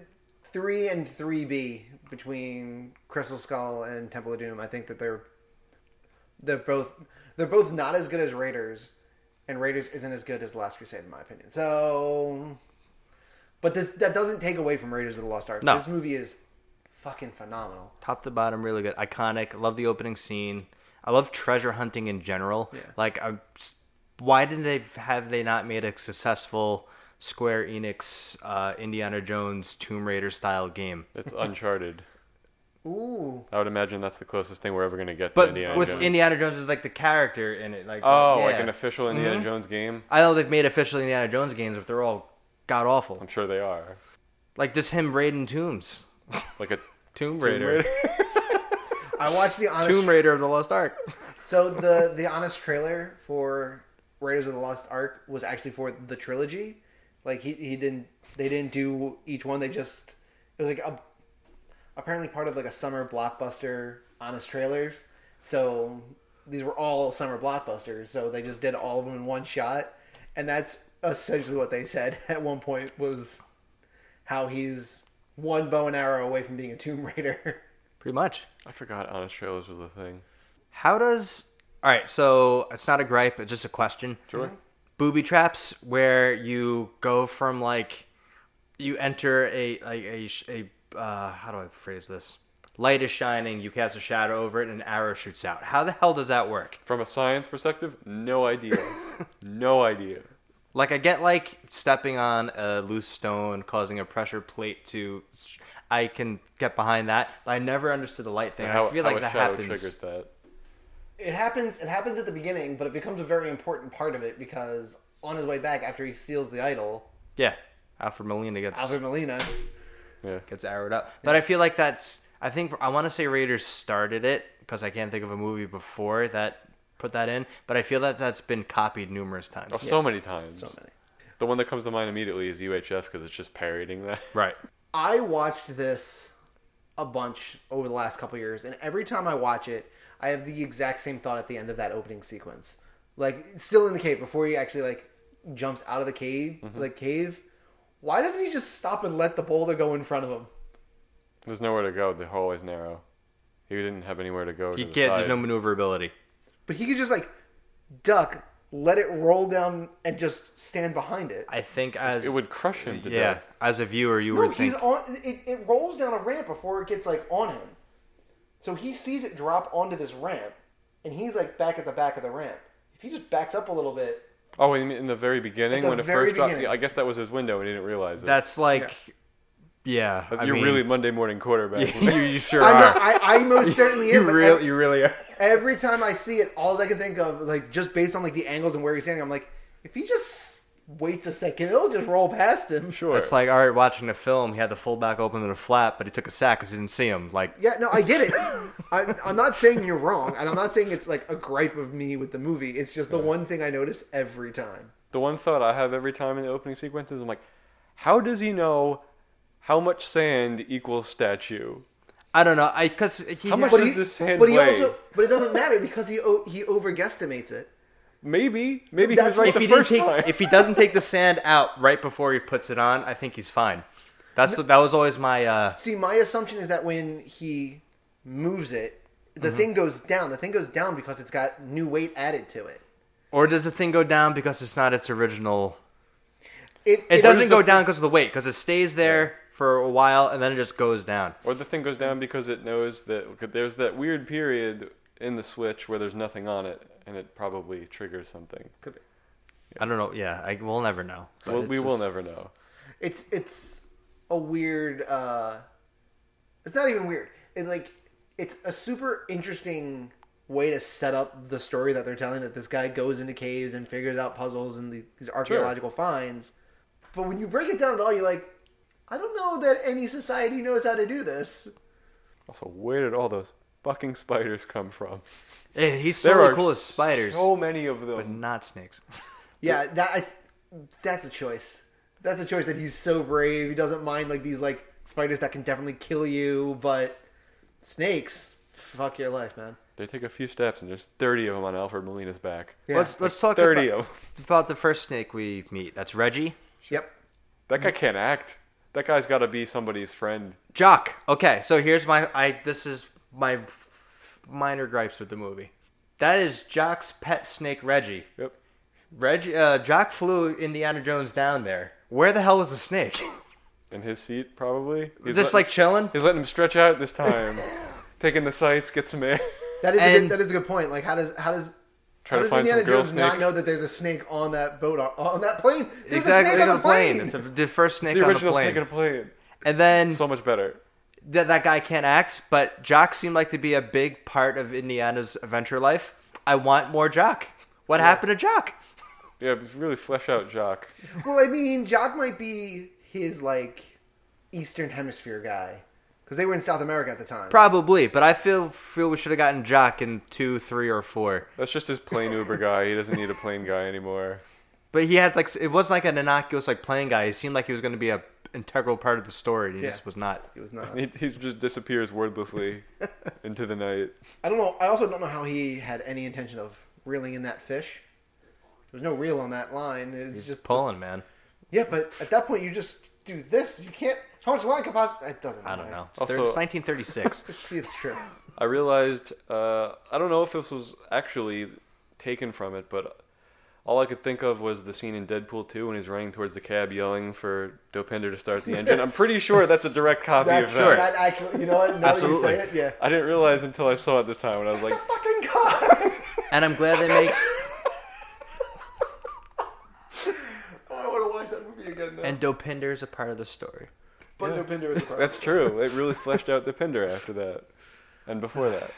Speaker 3: three and three B between Crystal Skull and Temple of Doom. I think that they're they're both they're both not as good as Raiders, and Raiders isn't as good as The Last Crusade in my opinion. So, but this that doesn't take away from Raiders of the Lost Ark.
Speaker 2: No.
Speaker 3: This movie is fucking phenomenal.
Speaker 2: top to bottom really good iconic I love the opening scene i love treasure hunting in general
Speaker 3: Yeah.
Speaker 2: like I'm, why didn't they have they not made a successful square enix uh, indiana jones tomb raider style game
Speaker 1: It's Uncharted.
Speaker 3: Ooh,
Speaker 1: I would imagine that's the closest thing we're ever gonna get
Speaker 2: but
Speaker 1: to Indiana
Speaker 2: with
Speaker 1: Jones.
Speaker 2: indiana jones is like the character in it like
Speaker 1: Oh, like
Speaker 2: yeah.
Speaker 1: an official Indiana
Speaker 2: Mhm.
Speaker 1: Jones game?
Speaker 2: i know they've made official indiana jones games but they're all god awful
Speaker 1: I'm sure they are.
Speaker 2: like just him raiding tombs
Speaker 1: Like a
Speaker 2: tomb
Speaker 1: Tomb
Speaker 2: raider tomb
Speaker 3: [LAUGHS]
Speaker 2: [LAUGHS]
Speaker 3: I watched the honest
Speaker 2: raider, of the lost ark
Speaker 3: So the the honest trailer for Raiders of the Lost Ark was actually for the trilogy. Like he, he didn't they didn't do each one. They just it was like a, apparently part of like a summer blockbuster honest trailers. So these were all summer blockbusters. So they just did all of [LAUGHS] them in one shot, and that's essentially what they said at one point was how he's one bow and arrow away from being a Tomb Raider. [LAUGHS]
Speaker 2: Pretty much.
Speaker 1: [LAUGHS] I forgot honest trailers was a thing.
Speaker 2: How does. All right, so it's not a gripe, it's just a question.
Speaker 1: Sure.
Speaker 2: Booby traps where you go from like. You enter a. like a. sh- a uh, how do I phrase this? Light is shining, you cast a shadow over it, and an arrow shoots out. How the hell does that work?
Speaker 1: From a science perspective, no
Speaker 2: [LAUGHS]
Speaker 1: idea. no idea.
Speaker 2: Like I get like stepping on a loose stone, causing a pressure plate to. I can get behind that, but I never understood the light thing.
Speaker 1: how,
Speaker 2: I feel
Speaker 1: how
Speaker 2: like
Speaker 1: a
Speaker 2: that
Speaker 1: shadow
Speaker 2: happens.
Speaker 1: triggers that.
Speaker 3: It happens. It happens at the beginning, but it becomes a very important part of it because on his way back after he steals the idol,
Speaker 2: Yeah, Alfred Molina gets
Speaker 3: Alfred Molina.
Speaker 1: Yeah.
Speaker 2: gets arrowed up, but I feel like that's. I think I want to say Raiders started it because I can't think of a movie before that put that in, but I feel that that's been copied numerous times.
Speaker 1: Oh, So many times.
Speaker 3: So many.
Speaker 1: The one that comes to mind immediately is UHF because it's just parroting that. [LAUGHS]
Speaker 2: Right.
Speaker 3: I watched this a bunch over the last couple years, and every time I watch it, I have the exact same thought at the end of that opening sequence. Like still in the cave before he actually like jumps out of the cave, like cave. Why doesn't he just stop and let the boulder go in front of him?
Speaker 1: There's nowhere to go. The hallway's narrow. He didn't have anywhere to go.
Speaker 2: You
Speaker 1: to the
Speaker 2: can't. There's
Speaker 1: side.
Speaker 2: no maneuverability.
Speaker 3: But he could just like duck, let it roll down, and just stand behind it.
Speaker 2: I think as
Speaker 1: It would crush him to
Speaker 2: yeah,
Speaker 1: death.
Speaker 2: as a viewer, you
Speaker 3: No,
Speaker 2: would think
Speaker 3: he's on. It, it rolls down a ramp before it gets like on him, so he sees it drop onto this ramp, and he's like back at the back of the ramp. If he just backs up a little bit,
Speaker 1: Oh, you mean in the very beginning
Speaker 3: At the
Speaker 1: when it
Speaker 3: very
Speaker 1: first dropped.
Speaker 3: beginning.
Speaker 1: I guess that was his window and he didn't realize it.
Speaker 2: that's like. Yeah, I
Speaker 1: You're
Speaker 2: mean- [LAUGHS]
Speaker 1: really Monday morning quarterback. [LAUGHS]
Speaker 2: you, you sure
Speaker 3: I, know,
Speaker 2: are.
Speaker 3: I, I
Speaker 2: [LAUGHS]
Speaker 3: most certainly am.
Speaker 2: you
Speaker 3: but
Speaker 2: really,
Speaker 3: ev-
Speaker 2: you really are.
Speaker 3: every, time I see it, all I can think of, like just based on like the angles and where he's standing, I'm like, if he just waits a second, it'll just roll past him.
Speaker 1: sure.
Speaker 2: It's like all right, watching a film. He had the fullback open to the flat, but he took a sack because he didn't see him. Like,
Speaker 3: Yeah, no, I get
Speaker 2: [LAUGHS]
Speaker 3: it. I, I'm not saying you're wrong, and I'm not saying it's like a gripe of me with the movie. It's just the one thing I notice every time.
Speaker 1: the one thought I have every time in the opening sequences, I'm like, how does he know how much sand equals statue?
Speaker 2: I don't know. I because he
Speaker 1: How much
Speaker 3: But
Speaker 1: does
Speaker 3: he-
Speaker 1: this sand
Speaker 3: But he
Speaker 1: weigh?
Speaker 3: also, but it doesn't matter because he o- he overguesstimates it.
Speaker 1: Maybe, maybe he
Speaker 3: That's
Speaker 1: was right
Speaker 2: if
Speaker 1: the
Speaker 2: he didn't
Speaker 1: first
Speaker 2: take
Speaker 1: time.
Speaker 2: if he doesn't take the sand out right before he puts it on, I think he's fine. That's that was always my uh
Speaker 3: See, my assumption is that when he moves it, the thing goes down. The thing goes down because it's got new weight added to it.
Speaker 2: or does the thing go down because it's not its original?
Speaker 3: It,
Speaker 2: It doesn't go
Speaker 3: down.
Speaker 2: down because of the weight because it stays there for a while and then it just goes down.
Speaker 1: Or the thing goes down because it knows that 'cause there's that weird period in the Switch where there's nothing on it, and it probably triggers something.
Speaker 2: I don't know. Yeah, I, we'll never know. but
Speaker 1: Well,
Speaker 2: it's
Speaker 1: we will
Speaker 2: just-
Speaker 1: never know.
Speaker 3: It's it's a weird. uh It's not even weird. It's like it's a super interesting way to set up the story that they're telling. That this guy goes into caves and figures out puzzles and the, these archaeological finds. But when you break it down at all, you're like, I don't know that any society knows how to do this.
Speaker 1: Also, where did all those fucking spiders come from?
Speaker 2: Hey, Eh, he's
Speaker 1: There
Speaker 2: totally
Speaker 1: are
Speaker 2: cool as spiders,
Speaker 1: So many of
Speaker 2: but
Speaker 1: them.
Speaker 2: not snakes.
Speaker 3: Yeah, that I, that's a choice. That's a choice that he's so brave. He doesn't mind like these like spiders that can definitely kill you, but snakes, fuck your life, man.
Speaker 1: They take a few steps, and there's 30 of them on Alfred Molina's back.
Speaker 3: Yeah.
Speaker 2: Let's let's talk
Speaker 1: 30
Speaker 2: about,
Speaker 1: of 'em.
Speaker 2: about the first snake we meet. That's Reggie.
Speaker 3: Yep.
Speaker 1: That guy can't act. That guy's got to be somebody's friend.
Speaker 2: Jock. Okay, so here's my I this is my minor gripes with the movie. That is Jock's pet snake Reggie.
Speaker 1: Yep.
Speaker 2: Reggie uh, Jock flew Indiana Jones down there. Where the hell was the snake?
Speaker 1: In his seat, probably. He's
Speaker 2: Just
Speaker 1: letting-
Speaker 2: like chilling?
Speaker 1: he's letting him stretch out this time, taking the sights, get some air,
Speaker 3: That is a
Speaker 2: And-
Speaker 3: good, that is a good point. Like how does how does
Speaker 1: try
Speaker 3: how
Speaker 1: to
Speaker 3: does
Speaker 1: find
Speaker 3: Indiana
Speaker 1: some girl
Speaker 3: Jones not
Speaker 1: snakes.
Speaker 3: know that there's a snake on that boat on, on that plane? There's a
Speaker 2: exactly
Speaker 3: snake on the plane.
Speaker 2: It's a, the first snake
Speaker 1: the
Speaker 2: on the
Speaker 1: original
Speaker 2: plane.
Speaker 1: snake in a plane.
Speaker 2: And then
Speaker 1: So much better.
Speaker 2: that that guy can't act, but Jock seemed like to be a big part of Indiana's adventure life. I want more Jock. What happened to Jock?
Speaker 1: Yeah, but really flesh out Jock.
Speaker 3: Well, I mean, Jock might be his like Eastern Hemisphere guy because they were in South America at the time.
Speaker 2: Probably, but I feel feel we should have gotten Jock in two, three, or four.
Speaker 1: That's just his plain Uber guy. He doesn't need a plain guy anymore.
Speaker 2: But he had like s- it wasn't like an innocuous like playing guy. He seemed like he was going to be a integral part of the story. And he
Speaker 3: Yeah.
Speaker 2: just was not.
Speaker 3: It was not.
Speaker 1: He, he just disappears wordlessly into the night.
Speaker 3: I don't know. I also don't know how he had any intention of reeling in that fish. There was no reel on that line. It's
Speaker 2: He's
Speaker 3: just
Speaker 2: just pulling, man.
Speaker 3: Yeah, but at that point you just do this. You can't. How much line capacity? It doesn't.
Speaker 2: I don't
Speaker 3: matter.
Speaker 2: know. It's, thir- it's
Speaker 1: Also- [LAUGHS]
Speaker 2: 1936.
Speaker 3: See, it's true.
Speaker 1: I realized uh, I don't know if this was actually taken from it, but all I could think of was the scene in Deadpool 2 when he's running towards the cab yelling for Dopender to start the engine. I'm pretty sure that's a direct copy
Speaker 3: That's
Speaker 1: of that.
Speaker 3: sure. That actually, you know what? Now that you
Speaker 2: Absolutely.
Speaker 3: say it, yeah.
Speaker 1: I didn't realize until I saw it this time, and I was like,
Speaker 3: the fucking car.
Speaker 2: and I'm glad they make.
Speaker 3: [LAUGHS] Oh, I want to watch that movie again now.
Speaker 2: And Dopinder is a part of the story.
Speaker 3: but
Speaker 1: [LAUGHS]
Speaker 3: Deepinder was a part.
Speaker 1: "That's true." It
Speaker 3: [LAUGHS]
Speaker 1: really fleshed out Dopender after that, and before that.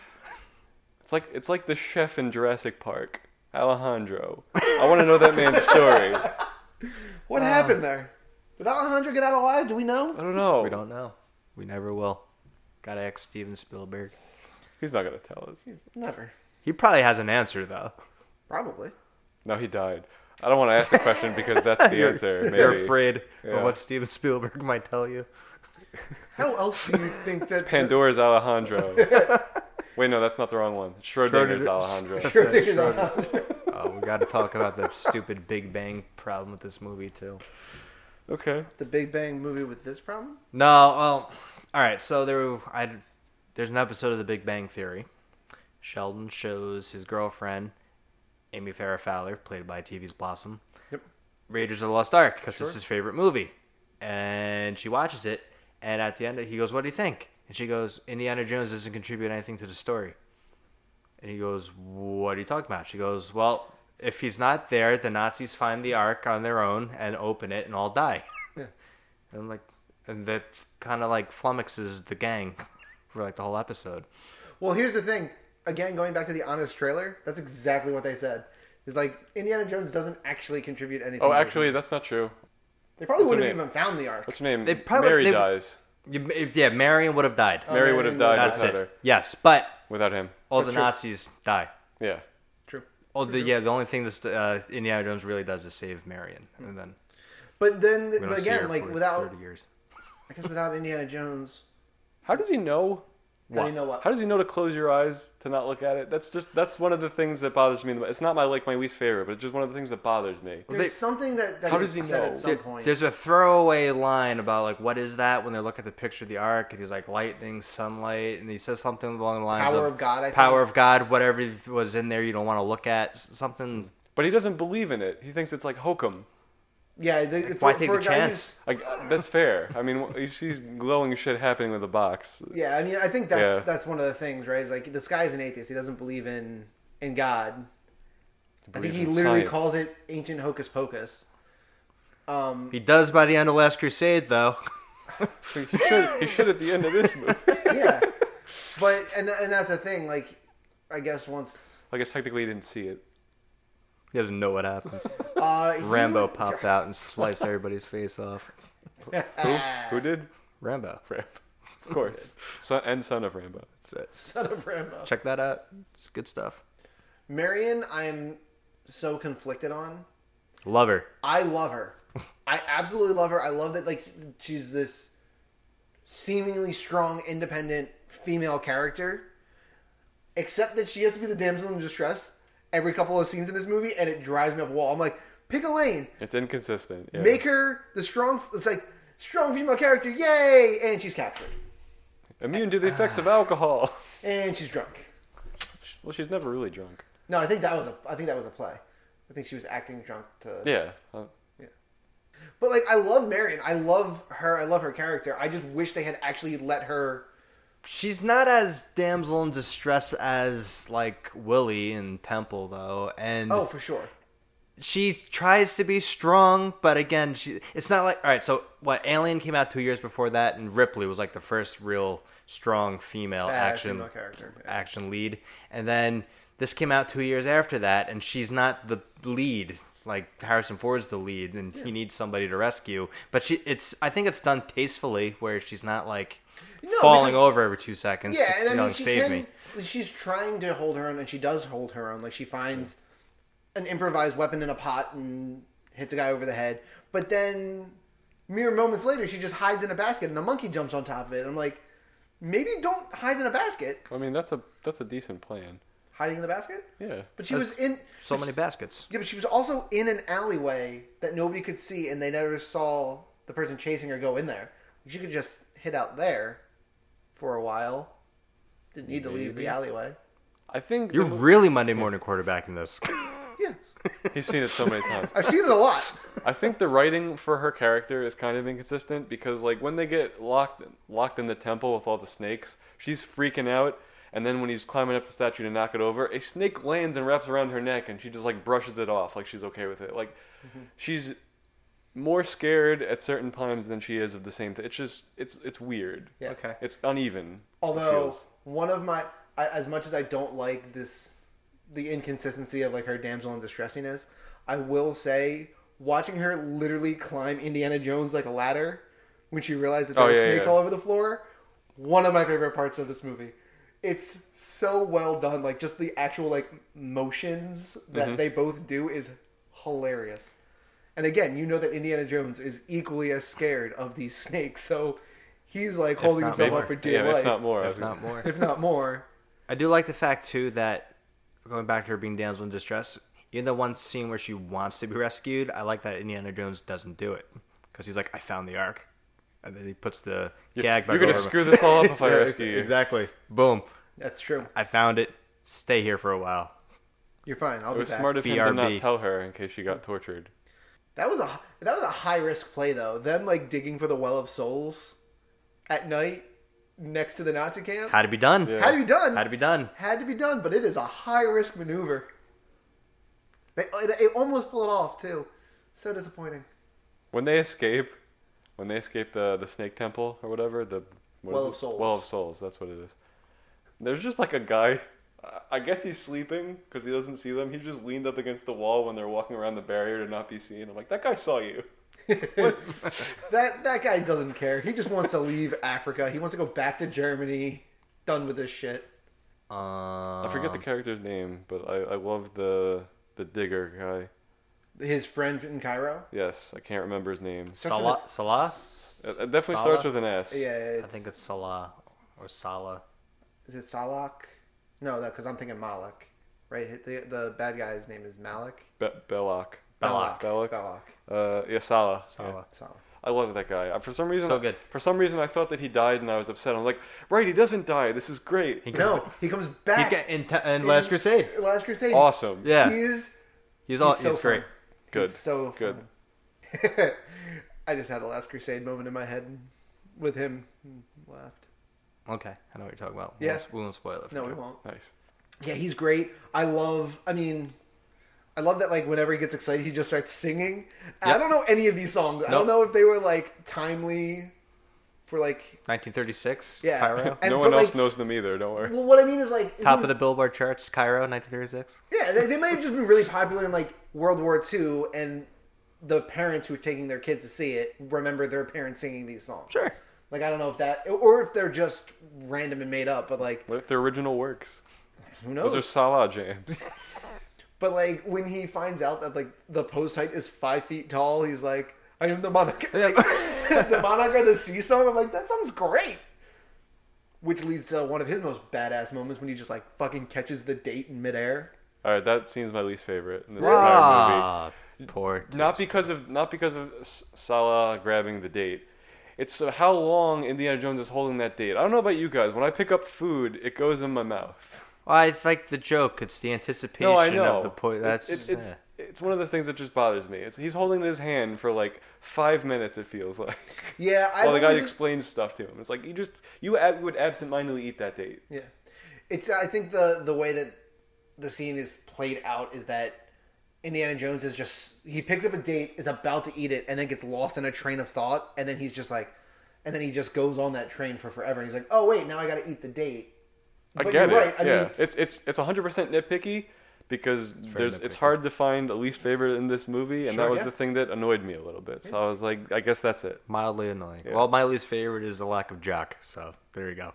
Speaker 1: It's like it's like the chef in Jurassic Park, Alejandro. I want to know that man's story. Uh. I
Speaker 3: [LAUGHS] What happened there? Did Alejandro get out alive? Do we know?
Speaker 1: don't know.
Speaker 2: We don't know. We never will. Gotta ask Steven Spielberg.
Speaker 1: He's not gonna tell us.
Speaker 3: He's never.
Speaker 2: He probably has an answer though.
Speaker 3: Probably.
Speaker 1: No, he died. I don't want to ask the question because that's the
Speaker 2: [LAUGHS] You're-
Speaker 1: answer. Maybe.
Speaker 2: You're afraid
Speaker 1: Yeah.
Speaker 2: of what Steven Spielberg might tell you.
Speaker 3: How else do you
Speaker 1: [LAUGHS]
Speaker 3: think that
Speaker 1: Pandora's Alejandro. Wait, no, that's not the wrong one. Schrodinger's
Speaker 2: Schrodinger-
Speaker 1: Alejandro.
Speaker 2: That's
Speaker 3: Sure,
Speaker 2: it,
Speaker 3: it is
Speaker 2: Schroeder.
Speaker 3: [LAUGHS] Alejandro.
Speaker 2: Oh, we gotta talk about the stupid Big Bang problem with this movie too.
Speaker 1: Okay.
Speaker 3: [LAUGHS] the Big Bang movie with this problem?
Speaker 2: No, well, all right. So there, I, there's an episode of The Big Bang Theory. Sheldon shows his girlfriend, Amy Farrah Fowler, played by TV's Blossom.
Speaker 3: Yep.
Speaker 2: Raiders of the Lost Ark because
Speaker 1: Sure.
Speaker 2: it's his favorite movie, and she watches it. And at the end, he goes, "What do you think?" And she goes, "Indiana Jones doesn't contribute anything to the story." And he goes, "What are you talking about?" She goes, "Well, if he's not there, the Nazis find the Ark on their own and open it, and all die."
Speaker 3: Yeah.
Speaker 2: And I'm like, and that kind of like flummoxes the gang [LAUGHS] for like the whole episode.
Speaker 3: Well, here's the thing. Again, going back to the honest trailer, that's exactly what they said. It's like Indiana Jones doesn't actually contribute anything.
Speaker 1: Oh,
Speaker 3: to the
Speaker 1: actually,
Speaker 3: movie.
Speaker 1: that's not true.
Speaker 3: they probably
Speaker 1: what's her
Speaker 3: wouldn't have
Speaker 1: name?
Speaker 3: even found the Ark.
Speaker 1: What's her name?
Speaker 2: They probably-
Speaker 1: Mary
Speaker 2: they-
Speaker 1: dies.
Speaker 2: You, if- yeah, Marion would have died.
Speaker 3: Oh,
Speaker 1: Mary
Speaker 3: yeah,
Speaker 1: would have
Speaker 3: yeah,
Speaker 1: died
Speaker 2: That's
Speaker 1: without
Speaker 2: it.
Speaker 1: her.
Speaker 2: Yes, but
Speaker 1: Without him.
Speaker 2: all
Speaker 3: But
Speaker 2: the
Speaker 3: sure.
Speaker 2: Nazis die.
Speaker 1: Yeah.
Speaker 3: True.
Speaker 2: Oh, the, yeah. The only thing that uh, Indiana Jones really does is save Marion, and then
Speaker 3: But then,
Speaker 2: we don't
Speaker 3: but
Speaker 2: see her
Speaker 3: again, like
Speaker 2: for
Speaker 3: without,
Speaker 2: thirty years.
Speaker 3: I guess without Indiana Jones,
Speaker 1: How does he know?
Speaker 3: how do you know what?
Speaker 1: How does he know to close your eyes to not look at it? That's just that's one of the things that bothers me. the mo- It's not my like my least favorite, but it's just one of the things that bothers me.
Speaker 3: There's
Speaker 2: they-
Speaker 3: something that, that
Speaker 1: How
Speaker 3: he
Speaker 1: does he
Speaker 3: said
Speaker 1: know?
Speaker 3: at some
Speaker 2: There-
Speaker 3: point.
Speaker 2: There's a throwaway line about like what is that when they look at the picture of the ark and he's like lightning, sunlight, and he says something along the lines
Speaker 3: power
Speaker 2: of,
Speaker 3: of God. I
Speaker 2: power
Speaker 3: think.
Speaker 2: of God, whatever was in there you don't want to look at, s- something.
Speaker 1: But he doesn't believe in it. He thinks it's like hokum.
Speaker 3: Yeah, the,
Speaker 2: Why
Speaker 3: for-
Speaker 2: take the
Speaker 3: for a guy who's-
Speaker 2: chance?
Speaker 1: Like uh, that's fair. I mean, he sees glowing shit happening with a box.
Speaker 3: Yeah, I mean, I think that's
Speaker 1: Yeah.
Speaker 3: that's one of the things, right? Is like this guy's an atheist; he doesn't believe in in God. I think
Speaker 1: believes
Speaker 3: he
Speaker 1: in
Speaker 3: literally
Speaker 1: science.
Speaker 3: calls it ancient hocus pocus. Um,
Speaker 2: He does by the end of Last Crusade though.
Speaker 1: So he should. He should at the end of this movie.
Speaker 3: [LAUGHS] yeah, but and tha- and that's the thing. Like, I guess once
Speaker 1: I guess technically he didn't see it.
Speaker 2: He doesn't know what happens.
Speaker 3: uh, he
Speaker 2: Rambo
Speaker 3: [LAUGHS] would-
Speaker 2: popped out and sliced everybody's face off.
Speaker 3: [LAUGHS]
Speaker 1: Who? Who did?
Speaker 2: Rambo.
Speaker 1: Rambo. Of course. Son, and son of Rambo.
Speaker 2: That's it.
Speaker 3: Son of Rambo.
Speaker 2: Check that out. It's good stuff.
Speaker 3: Marion, I'm so conflicted on.
Speaker 2: Love her.
Speaker 3: I love her. I absolutely love her. I love that like she's this seemingly strong, independent female character. Except that she has to be the damsel in distress every couple of scenes in this movie, and it drives me up a wall. I'm like, pick a lane,
Speaker 1: It's inconsistent. Yeah.
Speaker 3: make her the strong. It's like strong female character, yay! And she's captured,
Speaker 1: Immune to the effects of alcohol. [LAUGHS]
Speaker 3: and she's drunk.
Speaker 1: Well, she's never really drunk.
Speaker 3: No, I think that was a. I think that was a play. I think she was acting drunk to.
Speaker 1: Yeah. Uh,
Speaker 3: But like, I love Marion. I love her. I love her character. I just wish they had actually let her
Speaker 2: She's not as damsel in distress as like Willie in Temple though, and
Speaker 3: Oh, for sure.
Speaker 2: she tries to be strong, but again, she it's not like all right. So what Alien came out two years before that, and Ripley was like the first real strong female
Speaker 3: Bad
Speaker 2: Oh, action
Speaker 3: female character. Yeah.
Speaker 2: action lead, and then this came out two years after that, and she's not the lead. Like Harrison Ford's the lead, and he needs somebody to rescue. But she, it's I think it's done tastefully, where she's not like
Speaker 3: No,
Speaker 2: falling
Speaker 3: because-
Speaker 2: over every two seconds.
Speaker 3: Yeah,
Speaker 2: it's
Speaker 3: and I mean,
Speaker 2: yelling,
Speaker 3: she
Speaker 2: save
Speaker 3: can,
Speaker 2: me.
Speaker 3: She's trying to hold her own, and she does hold her own. Like she finds
Speaker 2: Mm.
Speaker 3: an improvised weapon in a pot and hits a guy over the head. But then, mere moments later, she just hides in a basket, and a monkey jumps on top of it. I'm like, maybe don't hide in a basket.
Speaker 1: I mean, that's a that's a decent plan.
Speaker 3: hiding in the basket.
Speaker 1: Yeah.
Speaker 3: But she
Speaker 2: That's-
Speaker 3: was in.
Speaker 2: So many baskets.
Speaker 3: Yeah, but she was also in an alleyway that nobody could see, and they never saw the person chasing her go in there. She could just hid out there for a while. Didn't need to leave the
Speaker 1: Maybe.
Speaker 3: alleyway.
Speaker 1: I think
Speaker 2: You're
Speaker 1: the mo-
Speaker 2: really Monday morning quarterbacking this.
Speaker 3: [LAUGHS] Yeah,
Speaker 1: he's seen it so many times.
Speaker 3: I've seen it a lot.
Speaker 1: I think the writing for her character is kind of inconsistent because like when they get locked locked in the temple with all the snakes, she's freaking out and then when he's climbing up the statue to knock it over, a snake lands and wraps around her neck and she just like brushes it off like she's okay with it. Like she's more scared at certain times than she is of the same thing. It's just it's it's weird.
Speaker 3: Yeah.
Speaker 2: Okay.
Speaker 1: It's uneven. it
Speaker 3: Although
Speaker 1: feels.
Speaker 3: one of my, I, as much as I don't like this, the inconsistency of like her damsel in distressiness, I will say watching her literally climb Indiana Jones like a ladder when she realized that there
Speaker 1: Oh,
Speaker 3: were
Speaker 1: yeah,
Speaker 3: snakes
Speaker 1: yeah.
Speaker 3: all over the floor, one of my favorite parts of this movie. It's so well done. Like just the actual like motions that
Speaker 1: Mhm.
Speaker 3: they both do is hilarious. And again, you know that Indiana Jones is equally as scared of these [LAUGHS] snakes, so he's like holding
Speaker 2: not
Speaker 3: himself
Speaker 2: more.
Speaker 3: up for dear
Speaker 1: yeah,
Speaker 3: life
Speaker 1: if not more. I
Speaker 2: If
Speaker 1: was-
Speaker 2: not more.
Speaker 3: if not more.
Speaker 2: I do like the fact too that going back to her being damsel in distress, in the one scene where she wants to be rescued, I like that Indiana Jones doesn't do it because he's like, "I found the Ark," and then he puts the
Speaker 1: You're-
Speaker 2: gag back
Speaker 1: you're gonna
Speaker 2: over.
Speaker 1: screw this all up if I
Speaker 2: [LAUGHS] Yeah,
Speaker 1: rescue you.
Speaker 2: Exactly. Boom.
Speaker 3: That's true.
Speaker 2: I found it. Stay here for a while.
Speaker 3: You're fine. I'll
Speaker 1: It
Speaker 3: be
Speaker 1: was
Speaker 3: back.
Speaker 1: smart of him to
Speaker 2: BRB.
Speaker 1: not tell her in case she got tortured.
Speaker 3: That was a that was a high risk play though. Them like digging for the well of souls at night next to the Nazi camp
Speaker 2: Had to be done.
Speaker 1: Yeah.
Speaker 3: had to be done.
Speaker 2: Had to be done.
Speaker 3: Had to be done, but it is a high risk maneuver. They they almost pull it off too. So disappointing.
Speaker 1: When they escape, when they escape the the snake temple or whatever, the what
Speaker 3: Well
Speaker 1: is
Speaker 3: of
Speaker 1: it?
Speaker 3: Souls.
Speaker 1: Well of Souls, that's what it is. There's just like a guy. I- I guess he's sleeping because he doesn't see them. He's just leaned up against the wall when they're walking around the barrier to not be seen. I'm like, that guy saw you. What's-
Speaker 3: [LAUGHS] that that guy doesn't care. He just wants to leave Africa. He wants to go back to Germany. Done with this shit.
Speaker 1: I forget the
Speaker 2: Um,
Speaker 1: character's name, but I, I love the the digger guy.
Speaker 3: His friend in Cairo.
Speaker 1: Yes, I can't remember his name.
Speaker 2: Salah. Salah.
Speaker 1: It, it definitely
Speaker 2: Sala?
Speaker 1: starts with an S.
Speaker 3: Yeah,
Speaker 2: I think it's Salah or Salah.
Speaker 3: Is it Salak? No, that because I'm thinking Malak, right? The the bad guy's name is Malik.
Speaker 1: Be- Belloc.
Speaker 2: Belloc.
Speaker 1: Belloc.
Speaker 3: Balak.
Speaker 1: Uh, yeah, Sala. Yeah.
Speaker 2: Salah.
Speaker 3: Salak.
Speaker 1: I love that guy. Uh, For some reason,
Speaker 2: So good.
Speaker 1: For some reason, I thought that he died, and I was upset. I'm like, right, he doesn't die. This is great.
Speaker 2: He goes-
Speaker 3: No, he comes
Speaker 2: He
Speaker 3: back.
Speaker 2: get in, t- in Last Crusade.
Speaker 3: Last Crusade.
Speaker 1: Awesome.
Speaker 2: Yeah.
Speaker 3: He's
Speaker 2: He's all.
Speaker 3: he's so
Speaker 2: he's great.
Speaker 3: fun.
Speaker 1: Good.
Speaker 3: He's so
Speaker 1: Good.
Speaker 3: Fun. [LAUGHS] I just had a Last Crusade moment in my head with him. Laughed.
Speaker 2: Okay, I know what you're talking about.
Speaker 3: Yeah.
Speaker 2: We won't, we won't spoil it. for
Speaker 3: No, we
Speaker 2: you.
Speaker 3: won't.
Speaker 1: Nice.
Speaker 3: Yeah, he's great. I love. I mean. I love that, like, whenever he gets excited, he just starts singing. I
Speaker 2: Yep.
Speaker 3: don't know any of these songs. I don't know if they were, like, timely for, like,
Speaker 2: 1936.
Speaker 3: Yeah. [LAUGHS]
Speaker 2: Cairo.
Speaker 3: [LAUGHS] And-
Speaker 1: no
Speaker 3: but,
Speaker 1: one else
Speaker 3: like-
Speaker 1: knows them either. Don't
Speaker 3: [LAUGHS]
Speaker 1: worry.
Speaker 3: Well, what I mean is like
Speaker 2: Top of the Billboard charts, Cairo, 1936.
Speaker 3: yeah, they, they might have just been really popular in like World War II, and the parents who are taking their kids to see it remember their parents singing these songs.
Speaker 2: Sure.
Speaker 3: Like I don't know if that, or if they're just random and made up, but like
Speaker 1: What if they're original works?
Speaker 3: who
Speaker 1: Those
Speaker 3: knows?
Speaker 1: are Salah [LAUGHS] jams.
Speaker 3: But like when he finds out that like the post height is five feet tall, he's like, "I am the monarch." [LAUGHS]
Speaker 2: Yeah.
Speaker 3: Like, the monarch of the sea song. I'm like, that song's great. Which leads to one of his most badass moments when he just like fucking catches the date in midair.
Speaker 1: All right, that scene's my least favorite in this entire movie.
Speaker 2: Ah, poor.
Speaker 1: Not because of not because of S- Salah grabbing the date. It's uh, how long Indiana Jones is holding that date. I don't know about you guys. When I pick up food, it goes in my mouth.
Speaker 2: Well, I like the joke. It's the anticipation
Speaker 1: No, I know.
Speaker 2: of the point.
Speaker 1: It-
Speaker 2: That's eh,
Speaker 1: it- it-
Speaker 2: yeah.
Speaker 1: It's one of the things that just bothers me. It's he's holding it in his hand for like five minutes. It feels like.
Speaker 3: Yeah, I
Speaker 1: Well, the guy
Speaker 3: always-
Speaker 1: explains stuff to him. It's like you just you ab- would absentmindedly eat that date.
Speaker 3: Yeah, it's. I think the the way that the scene is played out is that Indiana Jones is just he picks up a date, is about to eat it, and then gets lost in a train of thought, and then he's just like, and then he just goes on that train for forever, and he's like, oh wait, now I got to eat the date.
Speaker 1: I
Speaker 3: But
Speaker 1: get
Speaker 3: you're
Speaker 1: it.
Speaker 3: right, I
Speaker 1: yeah,
Speaker 3: mean-
Speaker 1: it's it's it's 100 percent nitpicky because
Speaker 2: very
Speaker 1: there's it's
Speaker 2: nitpicky.
Speaker 1: hard to find a least favorite in this movie, and
Speaker 3: Sure,
Speaker 1: that was
Speaker 3: yeah.
Speaker 1: the thing that annoyed me a little bit. So I was like, I guess that's it. [LAUGHS]
Speaker 2: mildly annoying.
Speaker 1: Yeah.
Speaker 2: Well, my least favorite is the lack of jock. So there you go.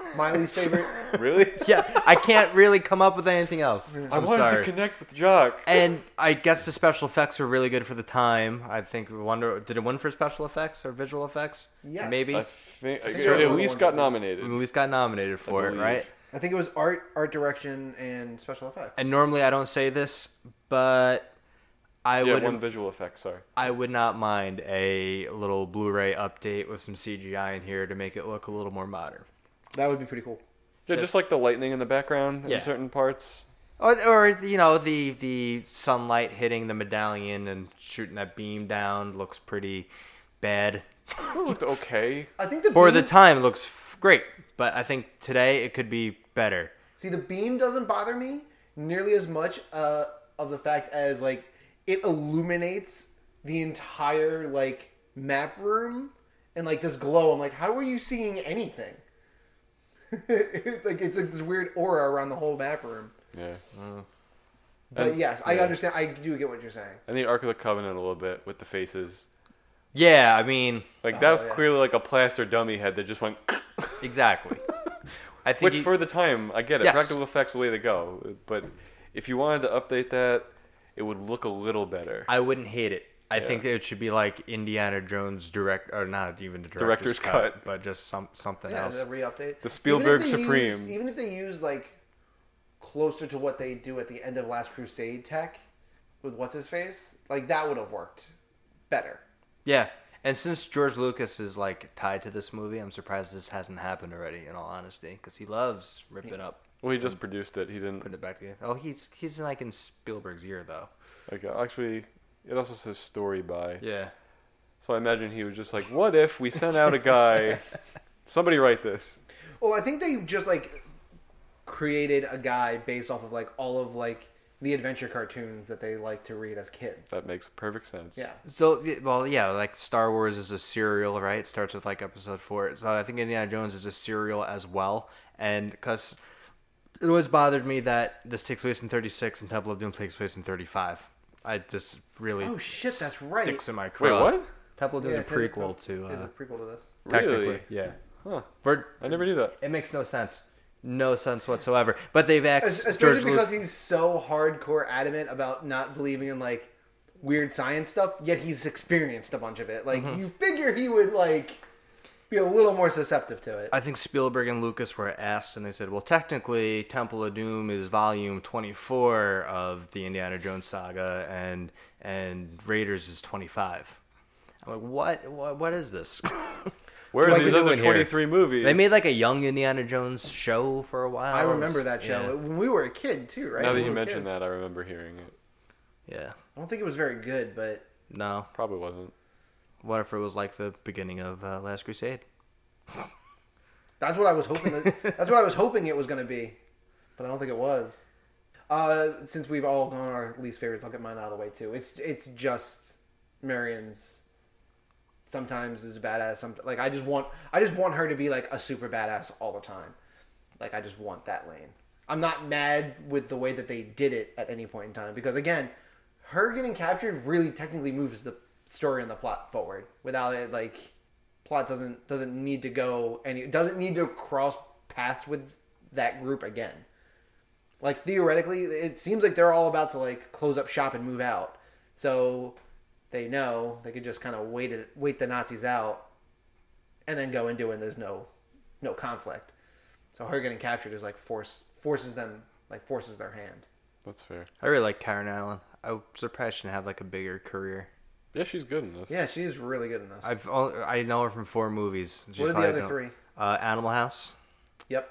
Speaker 2: [LAUGHS]
Speaker 3: [LAUGHS] Miley's favorite.
Speaker 1: Really?
Speaker 2: Yeah, I can't really come up with anything else.
Speaker 1: I
Speaker 2: I'm
Speaker 1: wanted
Speaker 2: sorry.
Speaker 1: to connect with Jock.
Speaker 2: and I guess the special effects were really good for the time. I think Wonder did it win for special effects or visual effects?
Speaker 3: Yes.
Speaker 2: maybe.
Speaker 1: I think I-
Speaker 3: Sure,
Speaker 1: it
Speaker 3: we're
Speaker 1: at
Speaker 3: the
Speaker 1: least
Speaker 3: ones
Speaker 1: got
Speaker 3: that-
Speaker 2: At
Speaker 1: nominated.
Speaker 2: least got nominated for it,
Speaker 1: believe.
Speaker 2: right?
Speaker 3: I think it was art, art direction, and special effects.
Speaker 2: And normally I don't say this, but I
Speaker 1: yeah,
Speaker 2: would
Speaker 1: one visual effect. Sorry.
Speaker 2: I would not mind a little Blu-ray update with some CGI in here to make it look a little more modern.
Speaker 3: that would be pretty cool.
Speaker 1: Yeah, just like the lightning in the background
Speaker 2: Yeah.
Speaker 1: in certain parts.
Speaker 2: Or, or you know the the sunlight hitting the medallion and shooting that beam down looks pretty bad.
Speaker 1: It looked okay.
Speaker 3: I think the
Speaker 2: For
Speaker 3: beam,
Speaker 1: Mm-hmm.
Speaker 2: the time, it looks f- great, but I think today it could be better.
Speaker 3: see the beam doesn't bother me nearly as much uh, of the fact as like it illuminates the entire like map room and like this glow. I'm like, how are you seeing anything? [LAUGHS] It's like it's like this weird aura around the whole map room.
Speaker 1: Yeah.
Speaker 3: But
Speaker 1: And-
Speaker 3: yes, I
Speaker 1: yeah.
Speaker 3: understand. I do get what you're saying.
Speaker 1: And the Ark of the Covenant a little bit with the faces.
Speaker 2: Yeah, I mean,
Speaker 1: Like that
Speaker 3: Oh,
Speaker 1: was
Speaker 3: yeah.
Speaker 1: clearly like a plaster dummy head that just went. [LAUGHS]
Speaker 2: exactly. I think
Speaker 1: Which
Speaker 2: you-
Speaker 1: for the time, I get it.
Speaker 2: Yes.
Speaker 1: Practical effects the way to go. But if you wanted to update that, it would look a little better.
Speaker 2: I wouldn't hate it. I
Speaker 1: Yeah.
Speaker 2: think that it should be like Indiana Jones direct, or not even the director's,
Speaker 1: Director's
Speaker 2: cut,
Speaker 1: cut.
Speaker 2: but just some something
Speaker 3: Yeah,
Speaker 2: else.
Speaker 3: the re-update.
Speaker 1: The Spielberg
Speaker 3: Even if they
Speaker 1: Supreme.
Speaker 3: use- even if they use like closer to what they do at the end of Last Crusade tech with what's his face, like that would have worked better.
Speaker 2: Yeah, and since George Lucas is like tied to this movie, I'm surprised this hasn't happened already. In all honesty, because he loves ripping up,
Speaker 1: well, he just produced it. He didn't.
Speaker 2: putting it back together. Oh, he's he's like in Spielberg's ear though.
Speaker 1: Like uh, actually, it also says story by.
Speaker 2: Yeah.
Speaker 1: So I imagine he was just like, "What if we sent out a
Speaker 3: [LAUGHS]
Speaker 1: guy? Somebody write this."
Speaker 3: Well, I think they just like created a guy based off of like all of like the adventure cartoons that they like to read as kids.
Speaker 1: That makes perfect sense.
Speaker 3: yeah.
Speaker 2: So y- well, yeah, like Star Wars is a serial, right? It starts with like episode four. So I think Indiana Jones is a serial as well, and because it always bothered me that this takes place in thirty six and Temple of Doom takes place in thirty five. I just really
Speaker 3: Oh shit, that's right.
Speaker 2: sticks in my
Speaker 1: Wait,
Speaker 2: craw.
Speaker 1: what?
Speaker 2: Temple of Doom
Speaker 3: Yeah,
Speaker 2: is
Speaker 3: it's
Speaker 2: a prequel to
Speaker 3: it's
Speaker 2: uh,
Speaker 3: a prequel to this.
Speaker 2: technically,
Speaker 1: Really?
Speaker 2: yeah.
Speaker 1: Huh.
Speaker 2: For,
Speaker 1: I never knew that.
Speaker 2: it makes no sense, no sense whatsoever. But they've asked
Speaker 3: Es- Especially
Speaker 2: George
Speaker 3: because
Speaker 2: Lucas.
Speaker 3: he's so hardcore adamant about not believing in like weird science stuff, yet he's experienced a bunch of it. Like
Speaker 2: Mm-hmm.
Speaker 3: you figure he would like be a little more susceptible to it.
Speaker 2: I think Spielberg and Lucas were asked, and they said, "Well, technically, Temple of Doom is volume 24 of the Indiana Jones saga, and and Raiders is 25." I'm like, "What? What, what is this?" [LAUGHS]
Speaker 1: Where
Speaker 3: Like
Speaker 1: are these
Speaker 3: they do
Speaker 1: other
Speaker 2: in here.
Speaker 1: 23 movies?
Speaker 2: they made like a young Indiana Jones show for a while.
Speaker 3: I remember that show
Speaker 2: Yeah.
Speaker 3: when we were a kid too, right?
Speaker 1: Now that
Speaker 3: When we
Speaker 1: you
Speaker 3: were
Speaker 1: mention
Speaker 3: kids.
Speaker 1: that, I remember hearing it.
Speaker 2: Yeah.
Speaker 3: I don't think it was very good, but
Speaker 2: No.
Speaker 1: Probably wasn't.
Speaker 2: What if it was like the beginning of uh, Last Crusade?
Speaker 3: that's what I was hoping. That, that's what I was hoping it was going to be, but I don't think it was. Uh, since we've all gone our least favorites, I'll get mine out of the way too. It's it's just Marion's. Sometimes is badass. Some like I just want I just want her to be like a super badass all the time. Like I just want that lane. I'm not mad with the way that they did it at any point in time because again, her getting captured really technically moves the story and the plot forward without it like plot doesn't doesn't need to go any it doesn't need to cross paths with that group again. Like theoretically, it seems like they're all about to like close up shop and move out. So they know they could just kind of wait it, wait the Nazis out, and then go into it. And there's no no conflict. So her getting captured is like force forces them like forces their hand.
Speaker 1: That's fair.
Speaker 2: I really like Karen Allen. I'm surprised she didn't have like a bigger career.
Speaker 1: Yeah, she's good in this.
Speaker 3: Yeah, she is really good in this.
Speaker 2: I've only, I know her from four movies. She's
Speaker 3: what are the
Speaker 2: probably
Speaker 3: other
Speaker 2: done-
Speaker 3: three?
Speaker 2: Uh, Animal House,
Speaker 3: Yep.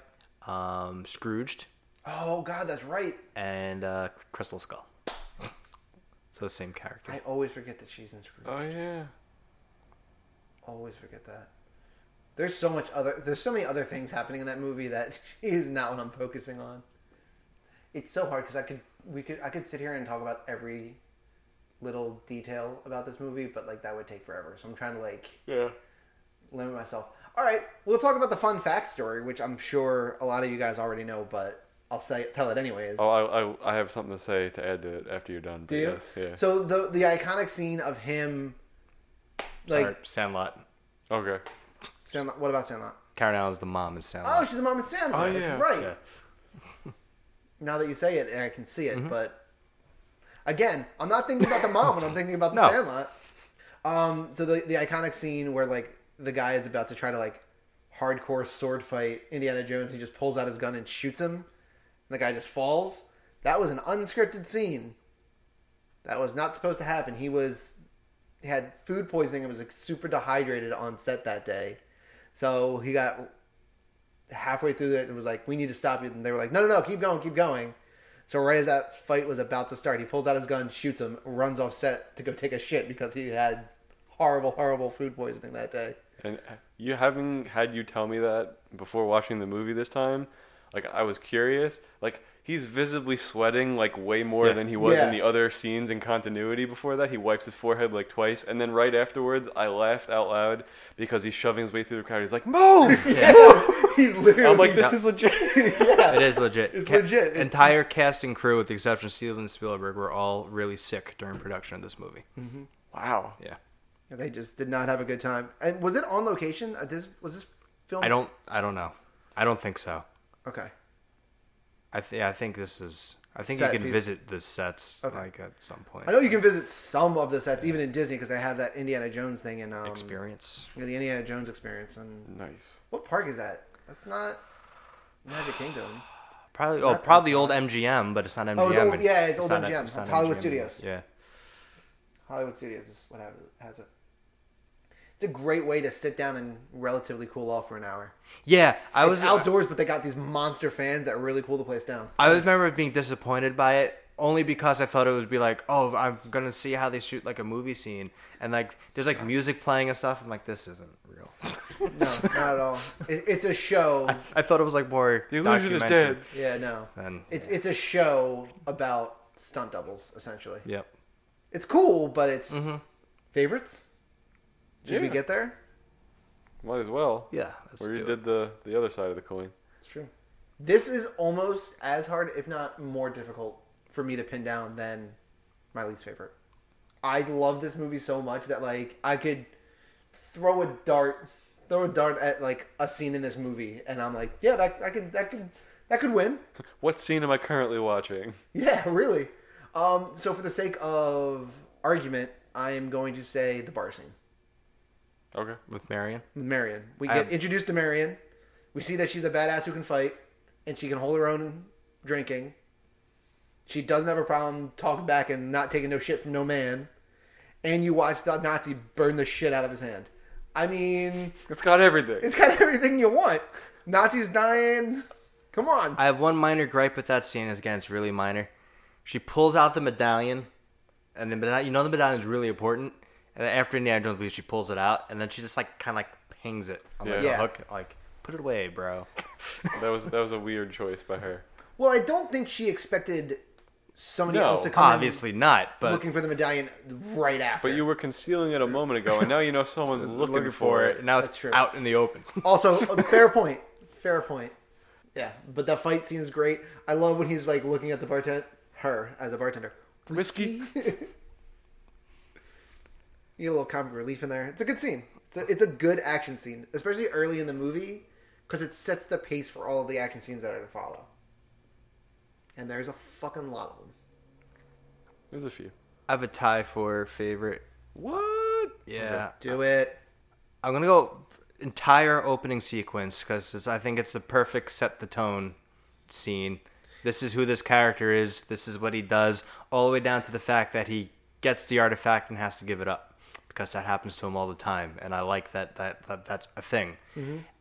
Speaker 2: um, Scrooged,
Speaker 3: Oh God, that's right.
Speaker 2: and uh, Crystal Skull. So the same character.
Speaker 3: I always forget that she's in Scrooge.
Speaker 1: Oh yeah.
Speaker 3: always forget that. There's so much other. There's so many other things happening in that movie that [LAUGHS] is not what I'm focusing on. It's so hard because I could we could I could sit here and talk about every little detail about this movie, but like that would take forever. So I'm trying to like
Speaker 1: Yeah.
Speaker 3: limit myself. All right, we'll talk about the fun fact story, which I'm sure a lot of you guys already know, but I'll say tell it anyways.
Speaker 1: Oh, I, I I have something to say to add to it after you're done. But
Speaker 3: Do you?
Speaker 1: yes, yeah.
Speaker 3: So the the iconic scene of him, like
Speaker 2: Sorry, Sandlot.
Speaker 1: Okay.
Speaker 3: Sandlot. What about Sandlot?
Speaker 2: Karen Allen's the mom in
Speaker 3: Oh,
Speaker 2: Sandlot.
Speaker 3: she's the mom in Sandlot.
Speaker 1: Oh,
Speaker 3: That's
Speaker 1: yeah.
Speaker 3: right.
Speaker 2: Yeah.
Speaker 3: now that you say it, I can see it.
Speaker 1: Mm-hmm.
Speaker 3: But again, I'm not thinking about the mom when I'm thinking about the
Speaker 2: No.
Speaker 3: Sandlot. Um, so the the iconic scene where like the guy is about to try to like hardcore sword fight, Indiana Jones, he just pulls out his gun and shoots him, and the guy just falls. That was an unscripted scene. That was not supposed to happen. He was he had food poisoning and was like, super dehydrated on set that day. So he got halfway through it and was like, "We need to stop you." And they were like, "No, no, no, keep going, keep going." So right as that fight was about to start, he pulls out his gun, shoots him, runs off set to go take a shit because he had horrible, horrible food poisoning that day.
Speaker 1: And you having had you tell me that before watching the movie this time, like I was curious. Like he's visibly sweating like way more
Speaker 2: Yeah.
Speaker 1: than he was in the
Speaker 3: Yes.
Speaker 1: other scenes in continuity before that. He wipes his forehead like twice, and then right afterwards, I laughed out loud because he's shoving his way through the crowd. He's like,
Speaker 3: [LAUGHS]
Speaker 1: "Move!"
Speaker 3: He's literally.
Speaker 1: I'm like, "This
Speaker 3: [LAUGHS]
Speaker 1: is legit."
Speaker 3: yeah.
Speaker 2: It is legit.
Speaker 3: It's legit. It's-
Speaker 2: Entire cast and crew, with the exception of Steven Spielberg, were all really sick during production of this movie.
Speaker 1: Mm-hmm. Wow.
Speaker 3: They just did not have a good time. And was it on location? Uh, This was this film.
Speaker 2: I don't. I don't know. I don't think so.
Speaker 3: Okay.
Speaker 2: I th- I think this is. I think
Speaker 3: Set
Speaker 2: you can
Speaker 3: piece.
Speaker 2: visit the sets
Speaker 3: Okay.
Speaker 2: like at some point.
Speaker 3: I know you can visit some of the sets, even in Disney, because they have that Indiana Jones thing in um,
Speaker 2: experience.
Speaker 3: yeah, the Indiana Jones experience. And
Speaker 1: Nice.
Speaker 3: what park is that? That's not Magic Kingdom.
Speaker 2: Probably. Oh,
Speaker 3: Not-
Speaker 2: probably old MGM, but it's not MGM.
Speaker 3: Oh, it's old-
Speaker 2: and-
Speaker 3: yeah, it's old
Speaker 2: not-
Speaker 3: MGM.
Speaker 2: not
Speaker 3: It's Hollywood
Speaker 2: anymore.
Speaker 3: Studios.
Speaker 2: Yeah.
Speaker 3: Hollywood Studios is what have- has it. It's a great way to sit down and relatively cool off for an hour.
Speaker 2: Yeah. I
Speaker 3: It's
Speaker 2: was uh,
Speaker 3: outdoors, but they got these monster fans that really cool the place down.
Speaker 2: I remember being disappointed by it only because I thought it would be like, oh, I'm gonna see how they shoot like a movie scene, and like there's like music playing and stuff. I'm like, this isn't real.
Speaker 3: [LAUGHS] No, not
Speaker 2: [LAUGHS]
Speaker 3: at all. It, it's a show.
Speaker 2: I, I thought it was like more
Speaker 1: The illusion is
Speaker 2: documentary
Speaker 1: dead.
Speaker 3: Yeah, no.
Speaker 2: than-
Speaker 3: It's it's a show about stunt doubles essentially.
Speaker 2: Yep.
Speaker 3: It's cool, but it's
Speaker 2: Mhm.
Speaker 3: favorites. Did we
Speaker 1: Yeah.
Speaker 3: get there?
Speaker 1: Might as well.
Speaker 2: Yeah. let's
Speaker 1: Where you
Speaker 2: do it.
Speaker 1: did the the other side of the coin.
Speaker 3: It's true. This is almost as hard, if not more difficult, for me to pin down than my least favorite. I love this movie so much that like I could throw a dart, throw a dart at like a scene in this movie, and I'm like, yeah, that I could that could that could win. [LAUGHS]
Speaker 1: What scene am I currently watching?
Speaker 3: Yeah, really. Um, so for the sake of argument, I am going to say the bar scene.
Speaker 1: Okay.
Speaker 2: with Marion.
Speaker 3: Marion. We
Speaker 2: I-
Speaker 3: get introduced to Marion. We see that she's a badass who can fight, and she can hold her own drinking. She doesn't have a problem talking back and not taking no shit from no man. And you watch the Nazi burn the shit out of his hand. I mean,
Speaker 1: It's got everything.
Speaker 3: it's got [LAUGHS] everything you want. Nazi's dying. Come on.
Speaker 2: I have one minor gripe with that scene. is, Again, it's really minor. She pulls out the medallion, and the medallion, you know the medallion is really important. And then after Indiana Jones leaves, she pulls it out, and then she just like kind of like pings it on like
Speaker 3: Yeah.
Speaker 2: a hook, like put it away,
Speaker 3: [LAUGHS]
Speaker 2: bro.
Speaker 1: That was that was a weird choice by her.
Speaker 3: Well, I don't think she expected somebody
Speaker 1: No,
Speaker 3: else to come in
Speaker 2: obviously not, but
Speaker 3: looking for the medallion right after.
Speaker 1: But you were concealing it a moment ago, and now you know someone's looking,
Speaker 2: looking for it. Now it's
Speaker 3: That's true.
Speaker 2: out in the open. [LAUGHS]
Speaker 3: Also, a fair point. Fair point. Yeah, but that fight scene is great. I love when he's like looking at the bartender, her as a bartender.
Speaker 1: Whiskey.
Speaker 3: [LAUGHS] You get a little comic relief in there. It's a good scene. It's a, it's a good action scene, especially early in the movie, because it sets the pace for all of the action scenes that are to follow. And there's a fucking lot of them.
Speaker 1: There's a few.
Speaker 2: I have a tie for favorite.
Speaker 1: What?
Speaker 2: Yeah,
Speaker 3: Do it.
Speaker 2: I'm gonna go entire opening sequence because I think it's the perfect set the tone scene. This is who this character is. This is what he does, all the way down to the fact that he gets the artifact and has to give it up because that happens to him all the time. And I like that that, that that's a thing.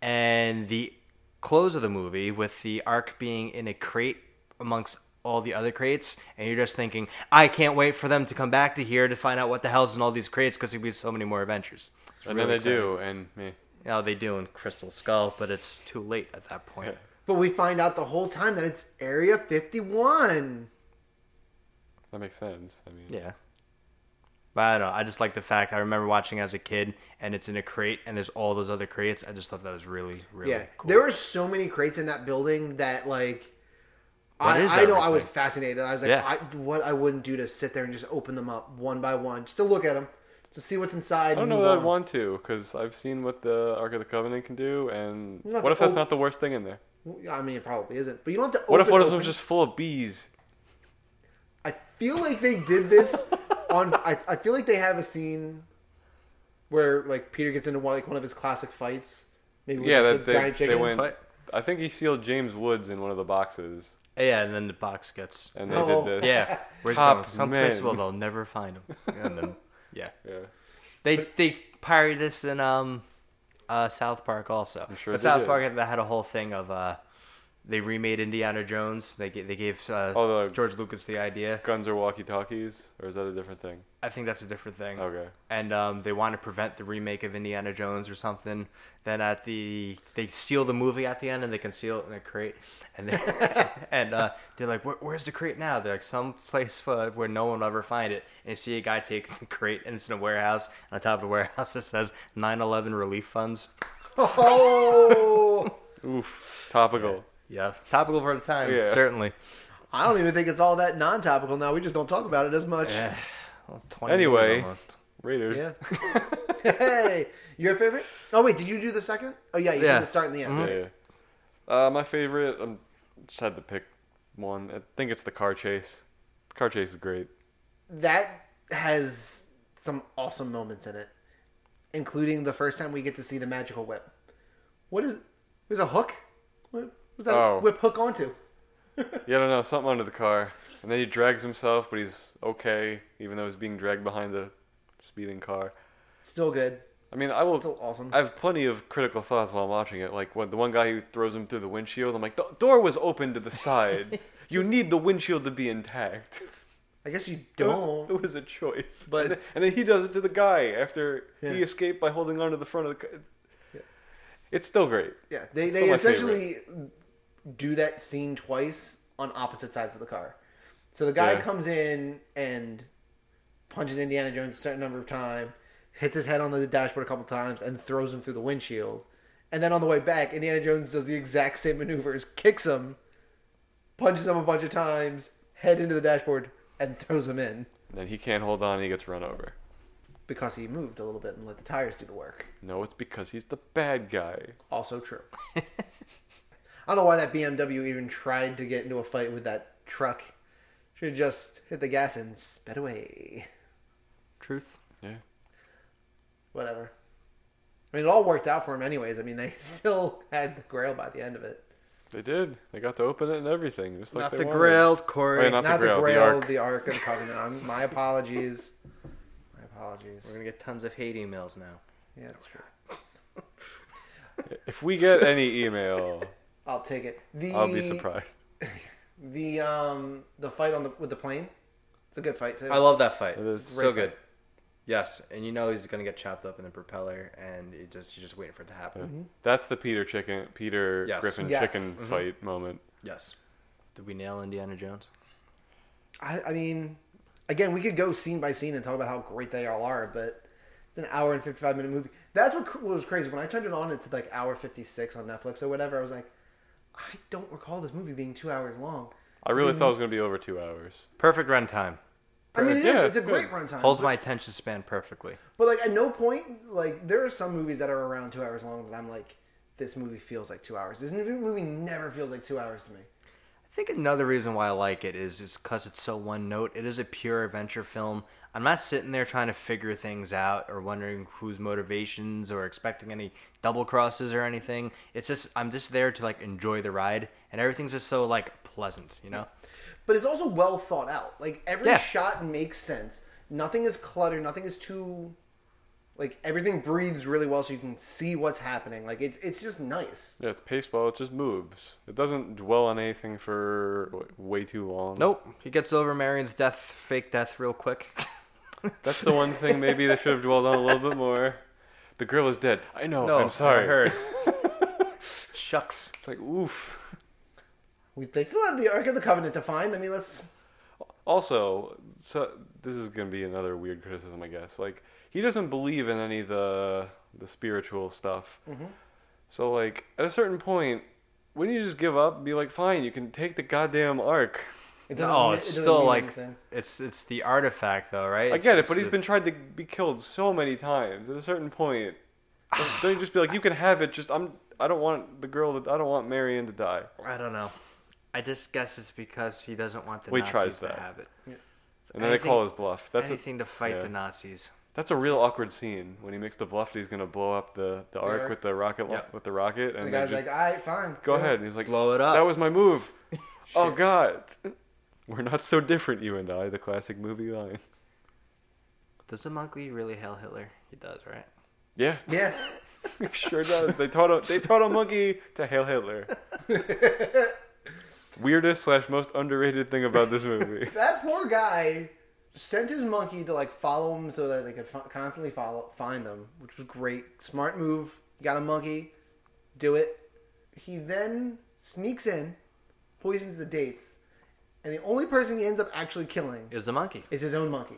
Speaker 2: And the close of the movie with the arc being in a crate amongst all the other crates and you're just thinking i can't wait for them to come back to here to find out what the hell's in all these crates because there'll be so many more adventures It's
Speaker 1: and
Speaker 2: really
Speaker 1: then they
Speaker 2: exciting.
Speaker 1: do, and me.
Speaker 2: No, they do in Crystal Skull, but it's too late at that point.
Speaker 3: But we find out the whole time that it's Area 51.
Speaker 1: That makes sense. I mean,
Speaker 2: yeah. But I don't know. I just like the fact I remember watching as a kid, and it's in a crate, and there's all those other crates. I just thought that was really, really
Speaker 3: yeah,
Speaker 2: cool.
Speaker 3: there were so many crates in that building that like,
Speaker 2: That
Speaker 3: I,
Speaker 2: is
Speaker 3: I know I was
Speaker 2: everything.
Speaker 3: fascinated. I was like,
Speaker 2: Yeah.
Speaker 3: I, what I wouldn't do to sit there and just open them up one by one, just to look at them, to see what's inside.
Speaker 1: I don't
Speaker 3: and
Speaker 1: know
Speaker 3: move
Speaker 1: that
Speaker 3: on.
Speaker 1: I'd want to, because I've seen what the Ark of the Covenant can do, and
Speaker 3: You don't
Speaker 1: what
Speaker 3: have
Speaker 1: if
Speaker 3: to
Speaker 1: that's
Speaker 3: op-
Speaker 1: not the worst thing in there?
Speaker 3: I mean, it probably isn't, but you don't have to.
Speaker 1: What if
Speaker 3: open
Speaker 1: one of
Speaker 3: open-
Speaker 1: them was just full of bees?
Speaker 3: I feel like they did
Speaker 1: [LAUGHS]
Speaker 3: this [LAUGHS] on. I, I feel like they have a scene where like Peter gets into one, like one of his classic fights Maybe with
Speaker 1: Yeah,
Speaker 3: like,
Speaker 1: that
Speaker 3: the
Speaker 1: they-
Speaker 3: giant
Speaker 1: they
Speaker 3: chicken.
Speaker 1: went-
Speaker 2: But-
Speaker 1: I think he sealed James Woods in one of the boxes,
Speaker 2: yeah, and then the box gets.
Speaker 1: and they
Speaker 3: Oh.
Speaker 1: did this. [LAUGHS]
Speaker 2: Yeah, where's
Speaker 1: Top
Speaker 2: going? Someplace
Speaker 1: men.
Speaker 2: where they'll never
Speaker 1: [LAUGHS]
Speaker 2: find him. And then
Speaker 1: Yeah.
Speaker 2: they they pirated this in um, uh, South Park also.
Speaker 1: I'm sure
Speaker 2: but
Speaker 1: they
Speaker 2: South
Speaker 1: did.
Speaker 2: Park had- that had a whole thing of uh, they remade Indiana Jones. They ga- they gave uh,
Speaker 1: Oh, the-
Speaker 2: George Lucas the idea.
Speaker 1: Guns or walkie talkies, or is that a different thing?
Speaker 2: I think that's a different thing.
Speaker 1: Okay.
Speaker 2: and um, they want to prevent the remake of Indiana Jones or something. Then at the they steal the movie at the end and they conceal it in a crate, and they, [LAUGHS] and uh, they're like, Where, "Where's the crate now?" They're like, "Some place uh, where no one will ever find it." And you see a guy take the crate and it's in a warehouse. And on top of the warehouse, it says 9/11 relief funds.
Speaker 3: [LAUGHS] Oh,
Speaker 1: Oof. Topical.
Speaker 2: [LAUGHS] Yeah, topical for the time,
Speaker 1: Yeah.
Speaker 2: certainly.
Speaker 3: I don't even think it's all that non-topical now. We just don't talk about it as much.
Speaker 2: Eh, well, 20 years
Speaker 1: Anyway.
Speaker 2: almost.
Speaker 1: Raiders.
Speaker 3: Yeah.
Speaker 1: [LAUGHS]
Speaker 3: Mm-hmm. hey, your favorite? Oh wait, did you do the second? Oh yeah, you
Speaker 2: Yeah.
Speaker 3: did the start and the end.
Speaker 2: Mhm.
Speaker 1: Yeah. Uh, my favorite. I just had to pick one. I think it's the car chase. Car chase is great. Mm-hmm.
Speaker 3: That has some awesome moments in it, including the first time we get to see the magical whip. What is? There's a hook. What was that
Speaker 1: Oh.
Speaker 3: whip hook onto? [LAUGHS]
Speaker 1: Yeah, I don't know. Something under the car, and then he drags himself, but he's okay, even though he's being dragged behind the speeding car.
Speaker 3: Still good.
Speaker 1: I mean, I will.
Speaker 3: Still awesome.
Speaker 1: I have plenty of critical thoughts while I'm watching it. Like when the one guy who throws him through the windshield, I'm like, the door was open to the side. you need the windshield to be intact.
Speaker 3: I guess you
Speaker 1: It wa- [LAUGHS]
Speaker 3: don't.
Speaker 1: It was a choice.
Speaker 3: But-
Speaker 1: and then, and then he does it to the guy after
Speaker 3: Yeah.
Speaker 1: he escaped by holding onto the front of the. Car.
Speaker 3: Yeah.
Speaker 1: It's still great.
Speaker 3: Yeah, they
Speaker 1: Still
Speaker 3: they
Speaker 1: my
Speaker 3: essentially do that scene twice on opposite sides of the car. So the guy
Speaker 1: Yeah.
Speaker 3: comes in and punches Indiana Jones a certain number of times, hits his head on the dashboard a couple times, and throws him through the windshield. And then on the way back, Indiana Jones does the exact same maneuvers, kicks him, punches him a bunch of times, head into the dashboard, and throws him in
Speaker 1: And then he can't hold on. He gets run over.
Speaker 3: because he moved a little bit and let the tires do the work.
Speaker 1: No, it's because he's the bad guy. [LAUGHS]
Speaker 3: Also true. I don't know why that BMW even tried to get into a fight with that truck. Should have just hit the gas and sped away.
Speaker 2: Truth.
Speaker 3: Whatever. I mean, it all worked out for him, anyways. I mean, they [LAUGHS] still had the grail by the end of it.
Speaker 1: They did. They got to open it and everything. Just like
Speaker 2: Not
Speaker 1: they
Speaker 2: the
Speaker 1: wanted.
Speaker 2: grill, Corey.
Speaker 1: Wait, not- the
Speaker 3: Not the
Speaker 1: Grail, the
Speaker 3: grail,
Speaker 1: Ark.
Speaker 3: the Ark of the Covenant. I'm, my apologies. My apologies.
Speaker 2: We're gonna get tons of hate emails now.
Speaker 3: Yeah, that's true.
Speaker 1: If we get any email,
Speaker 3: I'll take it. The,
Speaker 1: I'll
Speaker 3: [LAUGHS]
Speaker 1: be surprised.
Speaker 3: The um the fight on the with the plane. It's a good fight too.
Speaker 2: I love that fight.
Speaker 1: It is.
Speaker 2: It's
Speaker 1: It's a
Speaker 2: so
Speaker 3: great
Speaker 2: good. Yes, and you know he's gonna get chopped up in the propeller, and it just you're just waiting for it to happen.
Speaker 1: That's the Peter chicken, Peter
Speaker 2: Yes.
Speaker 1: Griffin
Speaker 3: Yes.
Speaker 1: chicken
Speaker 2: Mhm.
Speaker 1: fight moment.
Speaker 2: Yes. Did we nail Indiana Jones?
Speaker 3: I, I mean, again, we could go scene by scene and talk about how great they all are, but it's an hour and 55 minute movie. That's what cr- was crazy. When I turned it on, it's like hour 56 on Netflix or whatever. I was like, I don't recall this movie being two hours long.
Speaker 1: I really
Speaker 3: Mhm.
Speaker 1: thought it was gonna be over two hours.
Speaker 2: Perfect runtime.
Speaker 3: I mean, it is.
Speaker 1: Yeah,
Speaker 3: It's a
Speaker 1: good.
Speaker 3: great runtime.
Speaker 2: Holds
Speaker 3: but,
Speaker 2: my attention span perfectly.
Speaker 3: but, like, at no point, like, there are some movies that are around two hours long that I'm like, this movie feels like two hours. This movie never feels like two hours to me.
Speaker 2: I think another reason why I like it is is because it's so one note. It is a pure adventure film. I'm not sitting there trying to figure things out or wondering whose motivations or expecting any double crosses or anything. It's just I'm just there to like enjoy the ride, and everything's just so like pleasant, you know.
Speaker 3: but it's also well thought out. Like every
Speaker 2: Yeah.
Speaker 3: shot makes sense. Nothing is cluttered. Nothing is too. Like everything breathes really well, so you can see what's happening. Like it's it's just nice.
Speaker 1: Yeah, it's paced well. It just moves. It doesn't dwell on anything for w- way too long.
Speaker 2: Nope. He gets over Marion's death, fake death, real quick.
Speaker 1: [LAUGHS] That's the one thing maybe they should have dwelled on a little bit more. The girl is dead. I know.
Speaker 2: No, I
Speaker 1: I'm sorry. [LAUGHS]
Speaker 2: heard. [LAUGHS] Shucks.
Speaker 1: it's like oof.
Speaker 3: We they still have the Ark of the Covenant to find. I mean, let's.
Speaker 1: Also, so this is gonna be another weird criticism, I guess. Like he doesn't believe in any of the the spiritual stuff.
Speaker 3: Mhm.
Speaker 1: So like at a certain point, wouldn't you just give up and be like, fine, you can take the goddamn ark?
Speaker 3: It doesn't
Speaker 2: No,
Speaker 3: mean-
Speaker 2: Oh, it's
Speaker 3: it doesn't
Speaker 2: still
Speaker 3: mean
Speaker 2: like
Speaker 3: anything.
Speaker 2: it's it's the artifact though, right?
Speaker 1: I get it,
Speaker 2: It's-
Speaker 1: but he's
Speaker 2: it's the-
Speaker 1: been tried to be killed so many times. At a certain point, don't- don't you just be like, you can have it. Just I'm. I don't want the girl. To, I don't want Marion to die.
Speaker 2: I don't know. I just guess it's because he doesn't want the
Speaker 1: Well, he
Speaker 2: Nazis
Speaker 1: tries
Speaker 2: to
Speaker 1: that.
Speaker 2: have it.
Speaker 1: And then they call his bluff. That's a,
Speaker 2: anything to fight
Speaker 1: yeah.
Speaker 2: the Nazis.
Speaker 1: That's a real awkward scene when he makes the bluff that he's gonna blow up the, the arc
Speaker 3: arc.
Speaker 1: with the rocket la-
Speaker 2: Yeah.
Speaker 1: with the rocket and they
Speaker 3: the guy's
Speaker 1: just
Speaker 3: like, all right, fine.
Speaker 1: go ahead and he's like
Speaker 2: Blow it up.
Speaker 1: that was my move.
Speaker 2: [LAUGHS]
Speaker 1: oh
Speaker 3: Shit.
Speaker 1: god. [LAUGHS] We're not so different, you and I, the classic movie line.
Speaker 2: Does the Monkley really hail Hitler? He does,
Speaker 1: [LAUGHS]
Speaker 2: right?
Speaker 1: Yeah.
Speaker 3: Yeah.
Speaker 1: sure does.
Speaker 2: [LAUGHS]
Speaker 1: They taught a they taught a monkey to hail Hitler. [LAUGHS] Weirdest slash most underrated thing about this movie.
Speaker 3: that poor guy sent his monkey to like follow him so that they could f- constantly follow find him, which was great. Smart move. Got a monkey. Do it. He then sneaks in, poisons the dates, and the only person he ends up actually killing
Speaker 2: It was the monkey.
Speaker 3: is his own monkey.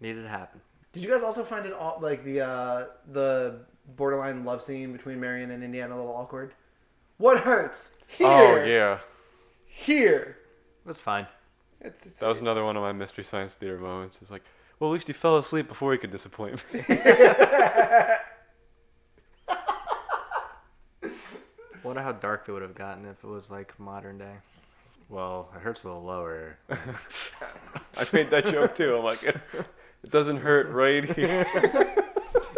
Speaker 2: Needed to happen.
Speaker 3: Did you guys also find it all like the uh, the borderline love scene between Marion and Indiana a little awkward? What hurts here?
Speaker 1: Oh yeah.
Speaker 3: Here.
Speaker 2: It was fine.
Speaker 3: It's, it's,
Speaker 1: That was another one of my mystery science theater moments. It's like, well at least he fell asleep before he could disappoint me.
Speaker 2: Wonder how dark they would have gotten if it was like modern day. Well, it hurts a little lower.
Speaker 1: I made that joke too. I'm like, it doesn't hurt right here.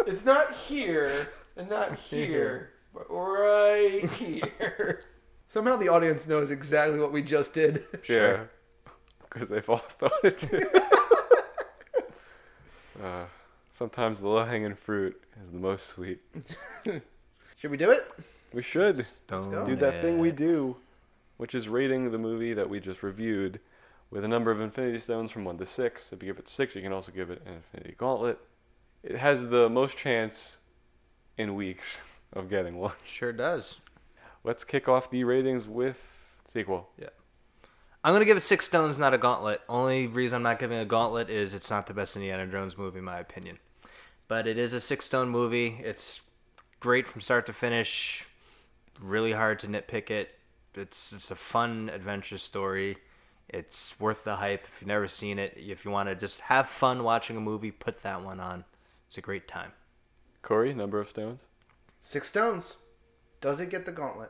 Speaker 3: it's not here and not here, but right here. Somehow the audience knows exactly what we just did. [LAUGHS]
Speaker 1: Yeah, because they've all thought it too. uh, sometimes the low-hanging fruit is the most sweet.
Speaker 3: Should we do it?
Speaker 1: We should
Speaker 2: Oh,
Speaker 3: go.
Speaker 1: do that thing we do, which is rating the movie that we just reviewed with a number of Infinity Stones from one to six. If you give it six, you can also give it an Infinity Gauntlet. It has the most chance in weeks of getting one.
Speaker 2: Sure does.
Speaker 1: Let's kick off the ratings with sequel.
Speaker 2: I'm gonna give it six stones, not a gauntlet. Only reason I'm not giving a gauntlet is it's not the best Indiana Jones movie, in my opinion. But it is a six stone movie. It's great from start to finish. Really hard to nitpick it. It's it's a fun adventure story. It's worth the hype. If you've never seen it, if you want to just have fun watching a movie, put that one on. It's a great time.
Speaker 1: Corey, number of stones.
Speaker 3: Six stones. Does it get the gauntlet?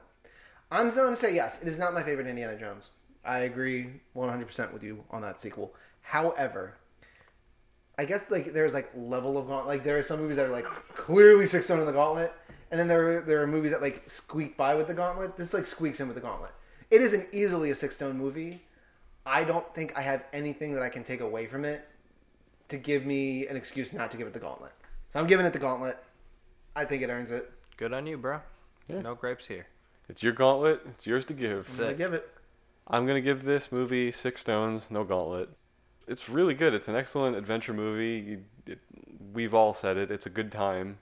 Speaker 3: I'm going to say yes. It is not my favorite Indiana Jones. I agree 100% with you on that sequel. However, I guess like there's like level of gauntlet. Like there are some movies that are like clearly six stone in the gauntlet, and then there are, there are movies that like squeak by with the gauntlet. This like squeaks in with the gauntlet. It is an easily a six stone movie. I don't think I have anything that I can take away from it to give me an excuse not to give it the gauntlet. So I'm giving it the gauntlet. I think it earns it.
Speaker 2: Good on you, bro.
Speaker 1: Yeah.
Speaker 2: No gripes here.
Speaker 1: It's your gauntlet. It's yours to give.
Speaker 3: I'm gonna
Speaker 2: Sick.
Speaker 3: give it.
Speaker 1: I'm gonna give this movie six stones, no gauntlet. It's really good. It's an excellent adventure movie. You, it, we've all said it. It's a good time.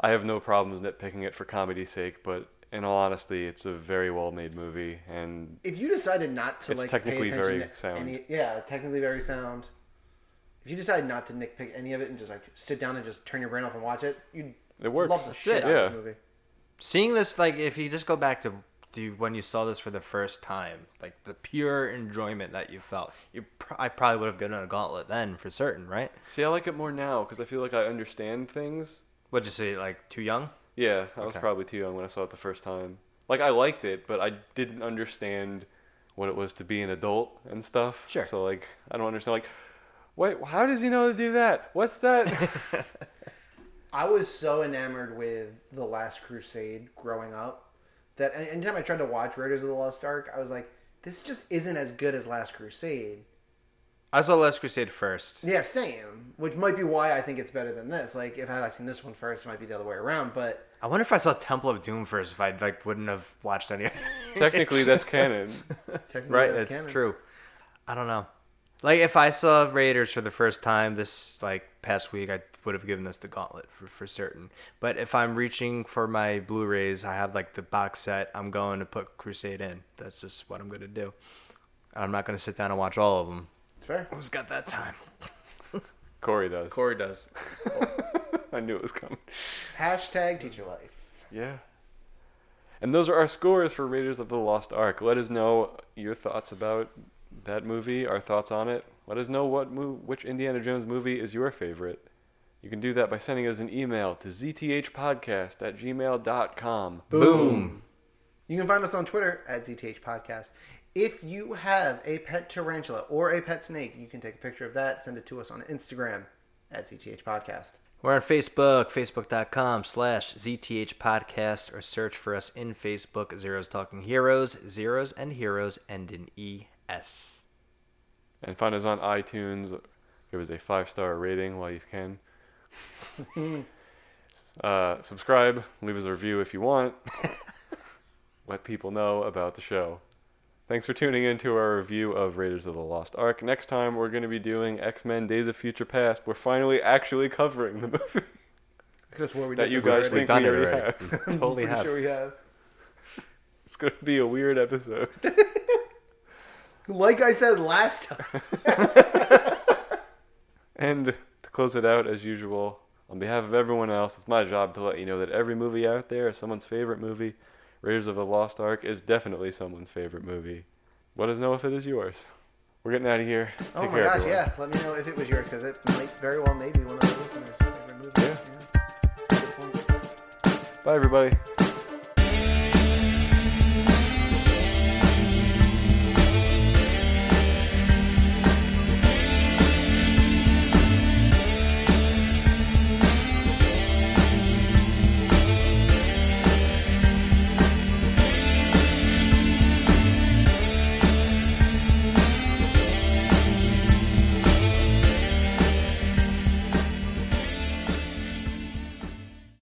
Speaker 1: I have no problems nitpicking it for comedy's sake, but in all honesty, it's a very well made movie. And
Speaker 3: If you decided not to
Speaker 1: It's
Speaker 3: like
Speaker 1: technically
Speaker 3: pay attention
Speaker 1: very
Speaker 3: to
Speaker 1: sound.
Speaker 3: any, yeah, technically very sound. If you decide not to nitpick any of it and just like sit down and just turn your brain off and watch it, you'd
Speaker 1: it works.
Speaker 3: love the shit
Speaker 2: it,
Speaker 3: out
Speaker 1: yeah.
Speaker 3: of this movie.
Speaker 2: seeing this like if you just go back to the, when you saw this for the first time like the pure enjoyment that you felt you pr- i probably would have given it a gauntlet then for certain right
Speaker 1: See, I like it more now because I feel like I understand things.
Speaker 2: what'd you say like too young [LAUGHS]
Speaker 1: Yeah, I was
Speaker 2: Okay.
Speaker 1: probably too young when I saw it the first time. Like I liked it, but I didn't understand what it was to be an adult and stuff.
Speaker 2: Sure.
Speaker 1: So like I don't understand like wait, how does he know to do that? What's that?
Speaker 2: [LAUGHS]
Speaker 3: I was so enamored with The Last Crusade growing up that any- anytime I tried to watch Raiders of the Lost Ark, I was like, this just isn't as good as Last Crusade.
Speaker 2: i saw last crusade first
Speaker 3: Yeah, same. Which might be why I think it's better than this. Like, if had I seen this one first, it might be the other way around. But
Speaker 2: i wonder if i saw temple of doom first if i like wouldn't have watched any of it.
Speaker 1: Technically that's
Speaker 2: [LAUGHS]
Speaker 1: canon.
Speaker 3: technically
Speaker 2: right that's
Speaker 3: canon.
Speaker 2: true i don't know like if i saw raiders for the first time this like past week i would have given this the gauntlet for, for certain but if i'm reaching for my blu-rays i have like the box set i'm going to put crusade in that's just what i'm going to do And i'm not going to sit down and watch all of them
Speaker 3: It's fair.
Speaker 2: who's got that time
Speaker 1: Corey does.
Speaker 2: corey does
Speaker 1: [LAUGHS] I knew it was coming.
Speaker 3: Hashtag teach your life.
Speaker 1: Yeah. And those are our scores for Raiders of the Lost Ark. Let us know your thoughts about that movie, our thoughts on it. Let us know what mo- which Indiana Jones movie is your favorite. You can do that by sending us an email to zthpodcast at gmail.com.
Speaker 2: Boom.
Speaker 3: You can find us on Twitter at ZTH Podcast. If you have a pet tarantula or a pet snake, you can take a picture of that, send it to us on Instagram at CTH Podcast.
Speaker 2: We're on Facebook, facebook.com slash ZTH podcast, or search for us in Facebook, Zeros Talking Heroes, Zeros and Heroes, and E in ES.
Speaker 1: And find us on iTunes. Give us a five star rating while you can.
Speaker 2: [LAUGHS]
Speaker 1: Uh, subscribe. Leave us a review if you
Speaker 2: [LAUGHS]
Speaker 1: want. Let people know about the show. Thanks for tuning in to our review of Raiders of the Lost Ark. Next time, we're going to be doing X Men Days of Future Past. We're finally actually covering the movie [LAUGHS]
Speaker 3: I could've swore we
Speaker 1: that
Speaker 3: did
Speaker 1: you
Speaker 3: this
Speaker 1: guys
Speaker 3: already.
Speaker 1: think we
Speaker 2: done it
Speaker 1: already
Speaker 2: already.
Speaker 1: have.
Speaker 3: [LAUGHS]
Speaker 1: [LAUGHS]
Speaker 3: I'm
Speaker 2: Totally
Speaker 3: pretty
Speaker 2: have.
Speaker 3: sure we have. [LAUGHS]
Speaker 1: It's going to be a weird episode.
Speaker 3: Like I said last time.
Speaker 1: [LAUGHS] And to close it out, as usual, on behalf of everyone else, it's my job to let you know that every movie out there is someone's favorite movie. Raiders of the Lost Ark is definitely someone's favorite movie. Let us know if it is yours. We're getting out of here.
Speaker 3: oh
Speaker 1: Take
Speaker 3: my
Speaker 1: care,
Speaker 3: gosh,
Speaker 1: everyone.
Speaker 3: yeah. Let me know if it was yours because it might very well may be one of our listeners' favorite movies.
Speaker 1: Yeah. Bye, everybody.
Speaker 3: Yeah.